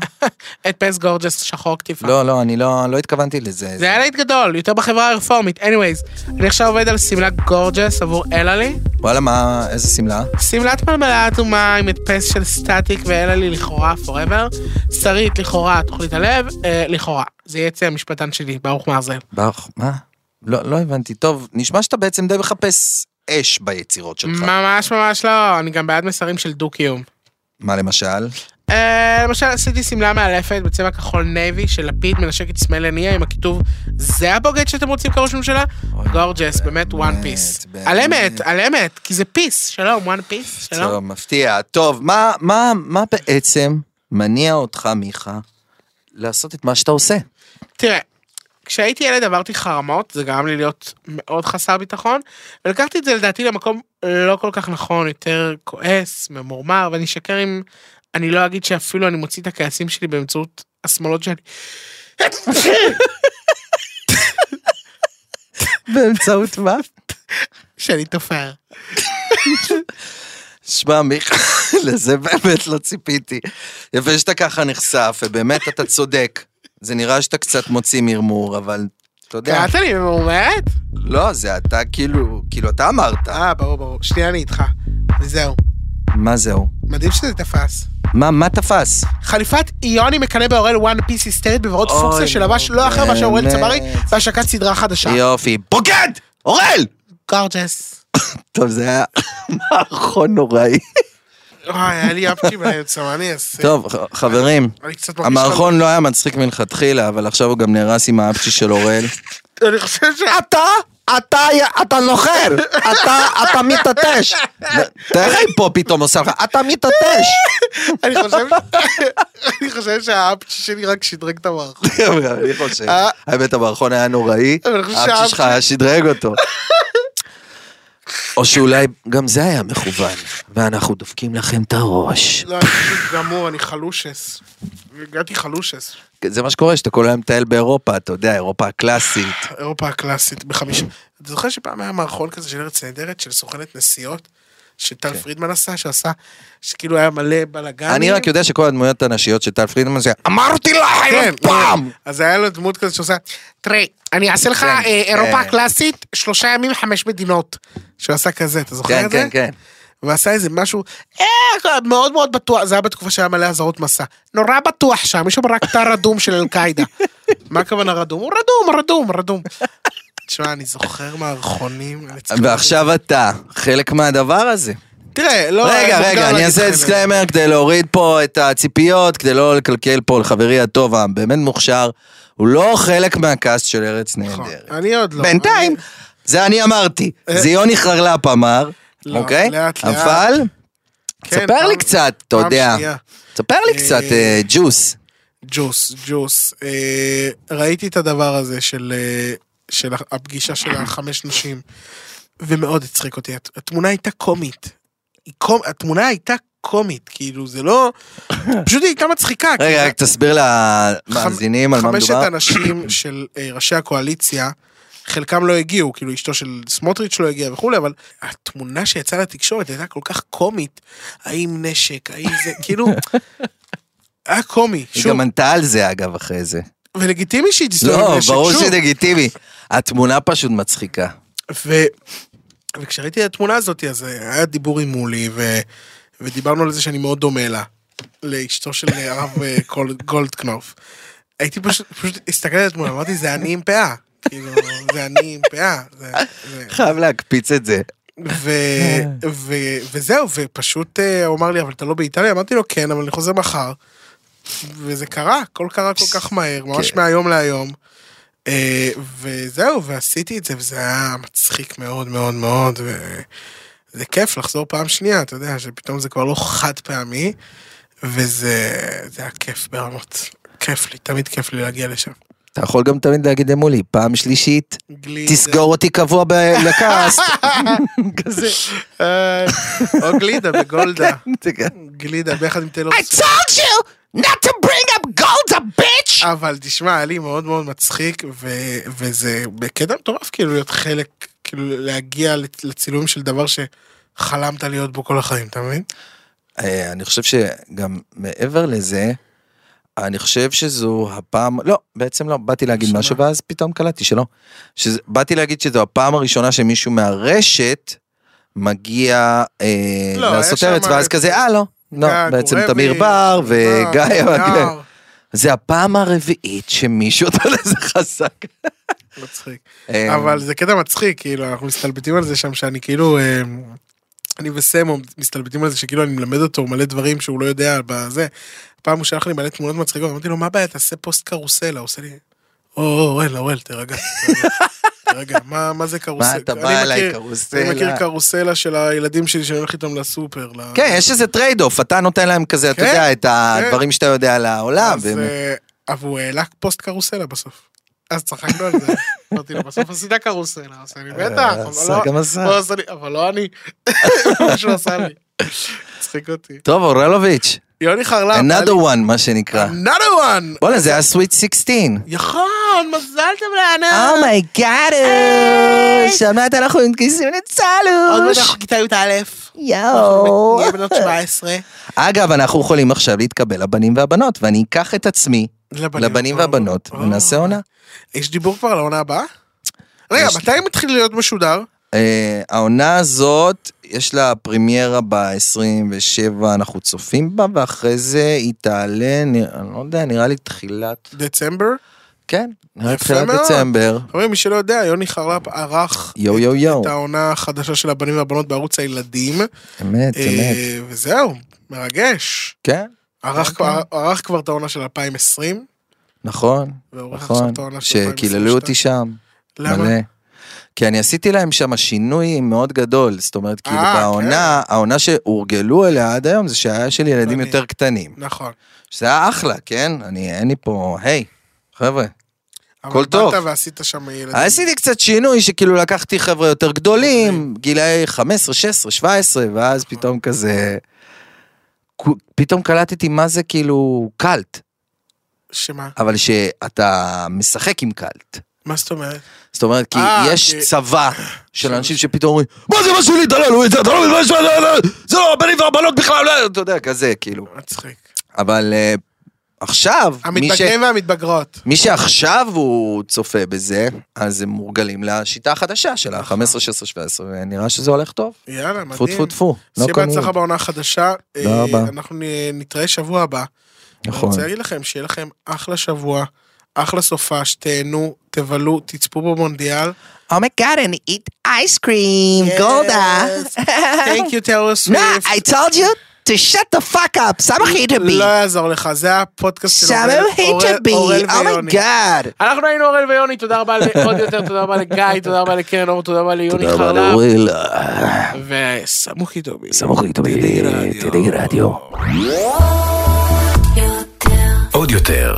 Speaker 2: הדפס גורג'ס שחור כתיפה.
Speaker 3: לא, לא, אני לא לא התכוונתי לזה.
Speaker 2: זה היה להיט גדול, יותר בחברה הרפורמית. anyways, אני עכשיו עובד על שמלה גורג'ס עבור אלעלי.
Speaker 3: וואלה, מה, איזה שמלה?
Speaker 2: שמלת מלמלה אדומה עם הדפס של סטטיק ואלעלי לכאורה forever. שרית לכאורה תוכנית הלב, אה, לכאורה. זה יצא המשפטן שלי, ברוך מרזל.
Speaker 3: ברוך, מה? לא לא הבנתי. טוב, נשמע שאתה בעצם די מחפש אש ביצירות שלך.
Speaker 2: ממש ממש לא, אני גם בעד מסרים של דו-קיום.
Speaker 3: מה למשל?
Speaker 2: אה, למשל, עשיתי שמלה מאלפת בצבע כחול נייבי של לפיד מנשק את סמל הנייה עם הכיתוב זה הבוגד שאתם רוצים כראש ממשלה? גורג'ס, באמת וואן פיס.
Speaker 3: באמת.
Speaker 2: על אמת, על אמת, כי זה פיס. שלום, וואן פיס, שלום.
Speaker 3: טוב, מפתיע. טוב, מה- מה מה בעצם מניע אותך, מיכה, לעשות את מה שאתה עושה?
Speaker 2: תראה, כשהייתי ילד עברתי חרמות, זה גרם לי להיות מאוד חסר ביטחון, ולקחתי את זה לדעתי למקום לא כל כך נכון, יותר כועס, ממורמר, ואני אשקר אם אני לא אגיד שאפילו אני מוציא את הכעסים שלי באמצעות השמאלות שאני...
Speaker 3: באמצעות מה?
Speaker 2: שאני תופר.
Speaker 3: שמע, מיכה, [LAUGHS] לזה באמת לא ציפיתי. יפה שאתה ככה נחשף, ובאמת אתה צודק. זה נראה שאתה קצת מוציא מרמור, אבל אתה יודע,
Speaker 2: קראת לי ממורמרת?
Speaker 3: לא, זה אתה כאילו, כאילו אתה אמרת.
Speaker 2: אה, ברור, ברור. שנייה, אני איתך. וזהו.
Speaker 3: מה זהו?
Speaker 2: מדהים שזה תפס.
Speaker 3: מה, מה תפס?
Speaker 2: חליפת יוני מקנא באורל וואן פיס היסטרית בוורוד
Speaker 3: אוי,
Speaker 2: פוקסיה שלבש
Speaker 3: נו,
Speaker 2: לא אחר מאשר אורל
Speaker 3: באמת.
Speaker 2: צברי בהשקת סדרה חדשה.
Speaker 3: יופי, בוגד! אורל!
Speaker 2: [LAUGHS] גורג'ס.
Speaker 3: טוב, זה היה [LAUGHS] מערכון נוראי.
Speaker 2: וואי, היה לי אפצ'י באמצע, מה אני אעשה?
Speaker 3: טוב, ח- חברים,
Speaker 2: אני קצת מרגיש
Speaker 3: המערכון לא היה מצחיק מלכתחילה, אבל עכשיו הוא גם נהרס עם האפצ'י של אורל.
Speaker 2: חלוד. אני חושב ש...
Speaker 5: אתה, אתה, אתה נוחר, אתה, אתה מתעטש.
Speaker 3: תראה איך היא פה פתאום עושה לך,
Speaker 5: אתה מתעטש.
Speaker 2: אני חושב... אני חושב שהאפצ'י שלי רק שדרג את המערכון.
Speaker 3: אני חושב.
Speaker 2: אה?
Speaker 3: האמת, המערכון היה נוראי,
Speaker 2: אבל אני חושב
Speaker 3: האפצ'י
Speaker 2: שהאפצ'י-
Speaker 3: שלך היה שדרג אותו. או שאולי גם זה היה מכוון, ואנחנו דופקים לכם את הראש.
Speaker 2: לא, אני פשוט גמור, אני חלושס. הגעתי חלושס.
Speaker 3: זה מה שקורה, שאתה כל היום מטייל באירופה, אתה יודע, אירופה הקלאסית.
Speaker 2: אירופה הקלאסית בחמישה. אתה זוכר שפעם היה מערכון כזה של ארץ נהדרת של סוכנת נסיעות? שטל פרידמן עשה, שעשה, שכאילו היה מלא בלאגנים.
Speaker 3: אני רק יודע שכל הדמויות הנשיות של טל פרידמן זה, אמרתי לך
Speaker 2: כן,
Speaker 3: אלף פעם!
Speaker 2: כן. אז היה לו דמות כזה שעושה, תראה, אני אעשה לך אה, אירופה
Speaker 3: אה.
Speaker 2: הקלאסית, שלושה ימים, חמש מדינות. שהוא עשה כזה, אתה זוכר
Speaker 3: כן,
Speaker 2: את זה?
Speaker 3: כן, כן.
Speaker 2: ועשה איזה משהו, אה, מאוד מאוד בטוח, זה היה בתקופה שהיה מלא אזהרות מסע. נורא בטוח שם, יש שם רק תא רדום של
Speaker 3: [LAUGHS]
Speaker 2: אל-קאידה. מה הכוונה רדום? הוא רדום, רדום, רדום. תשמע, אני זוכר מערכונים. אני צריך-
Speaker 3: ועכשיו אתה חלק מהדבר הזה.
Speaker 2: תראה, לא...
Speaker 3: רגע,
Speaker 2: מוקדם
Speaker 3: רגע, אני
Speaker 2: להגיד
Speaker 3: אעשה
Speaker 2: לך,
Speaker 3: דיסקליימר כדי להוריד פה את הציפיות, כדי לא לקלקל פה לחברי הטוב, הבאמת מוכשר. הוא לא חלק מהקאסט של ארץ
Speaker 2: נכון.
Speaker 3: נהדרת.
Speaker 2: אני עוד לא.
Speaker 3: בינתיים,
Speaker 2: אני-
Speaker 3: זה אני אמרתי,
Speaker 2: אה.
Speaker 3: זה יוני חרלפ אמר,
Speaker 2: לא,
Speaker 3: אוקיי?
Speaker 2: לאט, לאט.
Speaker 3: אבל,
Speaker 2: כן,
Speaker 3: ספר לי
Speaker 2: פעם-
Speaker 3: קצת, אתה
Speaker 2: פעם
Speaker 3: יודע.
Speaker 2: שנייה.
Speaker 3: ספר לי קצת, אה, ג'וס.
Speaker 2: ג'וס, ג'וס. אה, ראיתי את הדבר הזה של, אה, של הפגישה של החמש נשים, ומאוד הצחיק אותי. הת- התמונה הייתה קומית. היא קומ... התמונה הייתה קומית, כאילו, זה לא... פשוט היא הייתה מצחיקה. כי
Speaker 3: רגע,
Speaker 2: זה-
Speaker 3: רק תסביר למאזינים על מה מדובר. [COUGHS]
Speaker 2: חמשת הנשים של אה, ראשי הקואליציה, חלקם לא הגיעו, כאילו אשתו של סמוטריץ' לא הגיעה וכולי, אבל התמונה שיצאה לתקשורת הייתה כל כך קומית, האם נשק, האם זה,
Speaker 3: [LAUGHS]
Speaker 2: כאילו... היה קומי,
Speaker 3: היא
Speaker 2: שוב,
Speaker 3: גם ענתה על זה, אגב, אחרי זה.
Speaker 2: ולגיטימי שהיא תסתובב עם
Speaker 3: לא,
Speaker 2: נשק,
Speaker 3: ברור
Speaker 2: שוב.
Speaker 3: שזה לגיטימי. התמונה פשוט מצחיקה.
Speaker 2: ו... וכשראיתי את התמונה הזאת, אז אה, היה דיבור עם מולי, ו... ודיברנו על זה שאני מאוד דומה לה, לאשתו של אה, הרב אה, גול- גולדקנופ. הייתי פשוט, פשוט הסתכלתי על התמונה, אמרתי, זה אני עם פאה. כאילו, זה אני עם פאה. זה, זה...
Speaker 3: חייב להקפיץ את זה.
Speaker 2: ו... ו... וזהו, ופשוט אה, הוא אמר לי, אבל אתה לא באיטליה? אמרתי לו, כן, אבל אני חוזר מחר. וזה קרה, הכל קרה כל כך מהר, ממש מהיום להיום. אה, וזהו, ועשיתי את זה, וזה היה מצחיק מאוד מאוד מאוד, וזה כיף לחזור פעם שנייה, אתה יודע, שפתאום זה כבר לא חד פעמי, וזה זה היה כיף ברמות. כיף לי, תמיד כיף לי להגיע לשם.
Speaker 3: אתה יכול גם תמיד להגיד למולי, פעם שלישית,
Speaker 2: גלידה.
Speaker 3: תסגור אותי קבוע בקאסט. כזה.
Speaker 2: אה, או גלידה בגולדה.
Speaker 3: זה גם-
Speaker 2: גלידה ביחד עם טלור
Speaker 5: I
Speaker 2: סוויפט.
Speaker 5: told you not to bring up gold, a bitch!
Speaker 2: אבל תשמע, היה לי מאוד מאוד מצחיק, ו- וזה בקטע מטורף כאילו להיות חלק, כאילו להגיע לצ- לצילום של דבר שחלמת להיות בו כל החיים, אתה מבין?
Speaker 3: אה, אני חושב שגם מעבר לזה, אני חושב שזו הפעם, לא, בעצם לא, באתי להגיד
Speaker 2: שמה?
Speaker 3: משהו ואז פתאום קלטתי שלא. שזה, באתי להגיד שזו הפעם הראשונה שמישהו מהרשת מגיע אה,
Speaker 2: לא,
Speaker 3: לעשות
Speaker 2: היה
Speaker 3: ארץ,
Speaker 2: שם-
Speaker 3: ואז כזה, אה, לא, לא,
Speaker 2: גיא
Speaker 3: בעצם
Speaker 2: גורביץ',
Speaker 3: תמיר בר וגיא, כאילו,
Speaker 2: נער.
Speaker 3: זה הפעם הרביעית שמישהו נתן לזה חזק.
Speaker 2: מצחיק.
Speaker 3: אה,
Speaker 2: אבל זה קטע מצחיק, כאילו, אנחנו מסתלבטים על זה שם, שאני כאילו, אה, אני וסמו מסתלבטים על זה שכאילו אני מלמד אותו מלא דברים שהוא לא יודע בזה. פעם הוא שלח לי מלא תמונות מצחיקות, אמרתי לו, מה הבעיה, תעשה פוסט קרוסלה, הוא עושה לי, או, או, אוראל, אוראל, תירגע. תירגע. תירגע, מה מה זה קרוסלה?
Speaker 3: מה אתה
Speaker 2: אני
Speaker 3: בא אליי
Speaker 2: מכיר- אני מכיר
Speaker 3: קרוסלה?
Speaker 2: קרוסלה של הילדים שלי שאני הולך איתם לסופר. ל-
Speaker 3: כן, יש איזה טרייד אוף, אתה נותן להם כזה, אתה
Speaker 2: כן,
Speaker 3: יודע, את הדברים שאתה יודע על העולם.
Speaker 2: אז,
Speaker 3: והם-
Speaker 2: אה, אבל הוא העלה פוסט קרוסלה בסוף. אז צחקנו על
Speaker 3: [LAUGHS]
Speaker 2: זה. אמרתי לו, בסוף עשית קרוסלה, הוא עושה לי, בטח,
Speaker 3: אה,
Speaker 2: אבל
Speaker 3: עשה
Speaker 2: לא-
Speaker 3: גם עשה.
Speaker 2: הוא עשה לי, אבל לא אני. [LAUGHS] מה שהוא עשה לי. מצחיק אותי.
Speaker 3: טוב, אורלוביץ',
Speaker 2: יוני חרלם.
Speaker 3: another one, מה שנקרא.
Speaker 2: another one.
Speaker 3: בואנה, זה היה סוויט 16.
Speaker 2: נכון, מזל טוב
Speaker 3: אה,
Speaker 2: לענה.
Speaker 3: Oh
Speaker 5: אומייגאד, שמעת אנחנו מתגייסים
Speaker 2: עוד לא מעט
Speaker 5: לצלוש.
Speaker 2: אנחנו כיתה י"א. אנחנו
Speaker 5: יואו.
Speaker 2: נהיה בנות 17.
Speaker 3: אגב, אנחנו יכולים עכשיו להתקבל לבנים והבנות, ואני אקח את עצמי לבנים והבנות,
Speaker 2: אה.
Speaker 3: ונעשה עונה.
Speaker 2: יש דיבור כבר על העונה הבאה? רגע,
Speaker 3: יש-
Speaker 2: מתי מתחיל להיות משודר?
Speaker 3: אה, העונה הזאת, יש לה פרימיירה ב-27, אנחנו צופים בה, ואחרי זה היא תעלה, נראה- אני לא יודע, נראה לי תחילת...
Speaker 2: דצמבר?
Speaker 3: כן, נראה לי
Speaker 2: יפה
Speaker 3: תחילת
Speaker 2: מאוד.
Speaker 3: דצמבר.
Speaker 2: חברים, מי שלא יודע, יוני חרלפ ערך
Speaker 3: יואו יואו יואו,
Speaker 2: את העונה החדשה של הבנים והבנות בערוץ הילדים.
Speaker 3: אמת, אמת.
Speaker 2: אה, וזהו, מרגש.
Speaker 3: כן,
Speaker 2: ערך
Speaker 3: אוקיי.
Speaker 2: כבר- ערך כבר את העונה של 2020,
Speaker 3: נכון,
Speaker 2: ועורך עכשיו
Speaker 3: נכון,
Speaker 2: את העונה של 2022.
Speaker 3: שקיללו אותי שם.
Speaker 2: למה?
Speaker 3: מלא. כי אני עשיתי להם שם שינוי מאוד גדול, זאת אומרת, כאילו
Speaker 2: אה,
Speaker 3: בעונה, העונה שהורגלו אליה עד היום זה שהיה של ילדים
Speaker 2: קטנים.
Speaker 3: יותר קטנים.
Speaker 2: נכון.
Speaker 3: שזה היה אחלה, כן? אני, אין לי פה, היי, חבר'ה.
Speaker 2: אבל
Speaker 3: טוב. אה,
Speaker 2: באת ועשית שם ילדים.
Speaker 3: עשיתי קצת שינוי שכאילו לקחתי חבר'ה יותר גדולים,
Speaker 2: אוקיי.
Speaker 3: גילאי 15, 16, 17, ואז
Speaker 2: נכון.
Speaker 3: פתאום כזה... כו- פתאום קלטתי מה זה כאילו קאלט,
Speaker 2: שמה?
Speaker 3: אבל שאתה משחק עם קאלט.
Speaker 2: מה זאת אומרת?
Speaker 3: זאת אומרת, כי
Speaker 2: אה,
Speaker 3: יש
Speaker 2: כי-
Speaker 3: צבא של אנשים שפתאום אומרים, מה זה מה שלי, דלל, הוא יצא, אתה לא מתבייש, לא, לא, לא, זה לא הבנים והבנות בכלל, לא", אתה יודע, כזה, כאילו.
Speaker 2: מצחיק.
Speaker 3: אבל אה, עכשיו, מי ש-
Speaker 2: המתבגרים והמתבגרות.
Speaker 3: מי שעכשיו הוא צופה בזה, אז הם מורגלים לשיטה החדשה של ה-15, 16, 17, ונראה שזה הולך טוב.
Speaker 2: יאללה, אה. מדהים.
Speaker 3: טפו טפו טפו. לא
Speaker 2: שיהיה
Speaker 3: knock on
Speaker 2: בהצלחה
Speaker 3: wood.
Speaker 2: בעונה החדשה.
Speaker 3: תודה
Speaker 2: אה,
Speaker 3: רבה.
Speaker 2: אנחנו נ- נתראה שבוע הבא. אני
Speaker 3: נכון.
Speaker 2: רוצה להגיד לכם, שיהיה לכם אחלה שבוע, אחלה סופש, תהנו, תבלו, תצפו במונדיאל.
Speaker 5: אומייגאד, אני eat ice cream, גולדה.
Speaker 2: Thank you, טרו
Speaker 5: [LAUGHS] No,
Speaker 2: סוויפט.
Speaker 5: I told you to shut the fuck up, סבא חיטבי.
Speaker 2: לא יעזור לך, זה הפודקאסט של
Speaker 5: סבא
Speaker 2: אורל- אורל-
Speaker 5: חיטבי,
Speaker 3: Oh
Speaker 2: אורל ויוני.
Speaker 5: אומייגאד.
Speaker 2: אנחנו היינו אורל ויוני, תודה רבה לעוד יותר, תודה רבה
Speaker 3: [LAUGHS]
Speaker 2: לגיא, תודה רבה לקרן אור, תודה רבה ליוני
Speaker 3: תודה רבה
Speaker 2: חרלב,
Speaker 3: לאוריל,
Speaker 2: אה, וסמוכי טובי.
Speaker 3: סמוך לי, תדעי רדיו. תדעי רדיו.
Speaker 1: עוד יותר,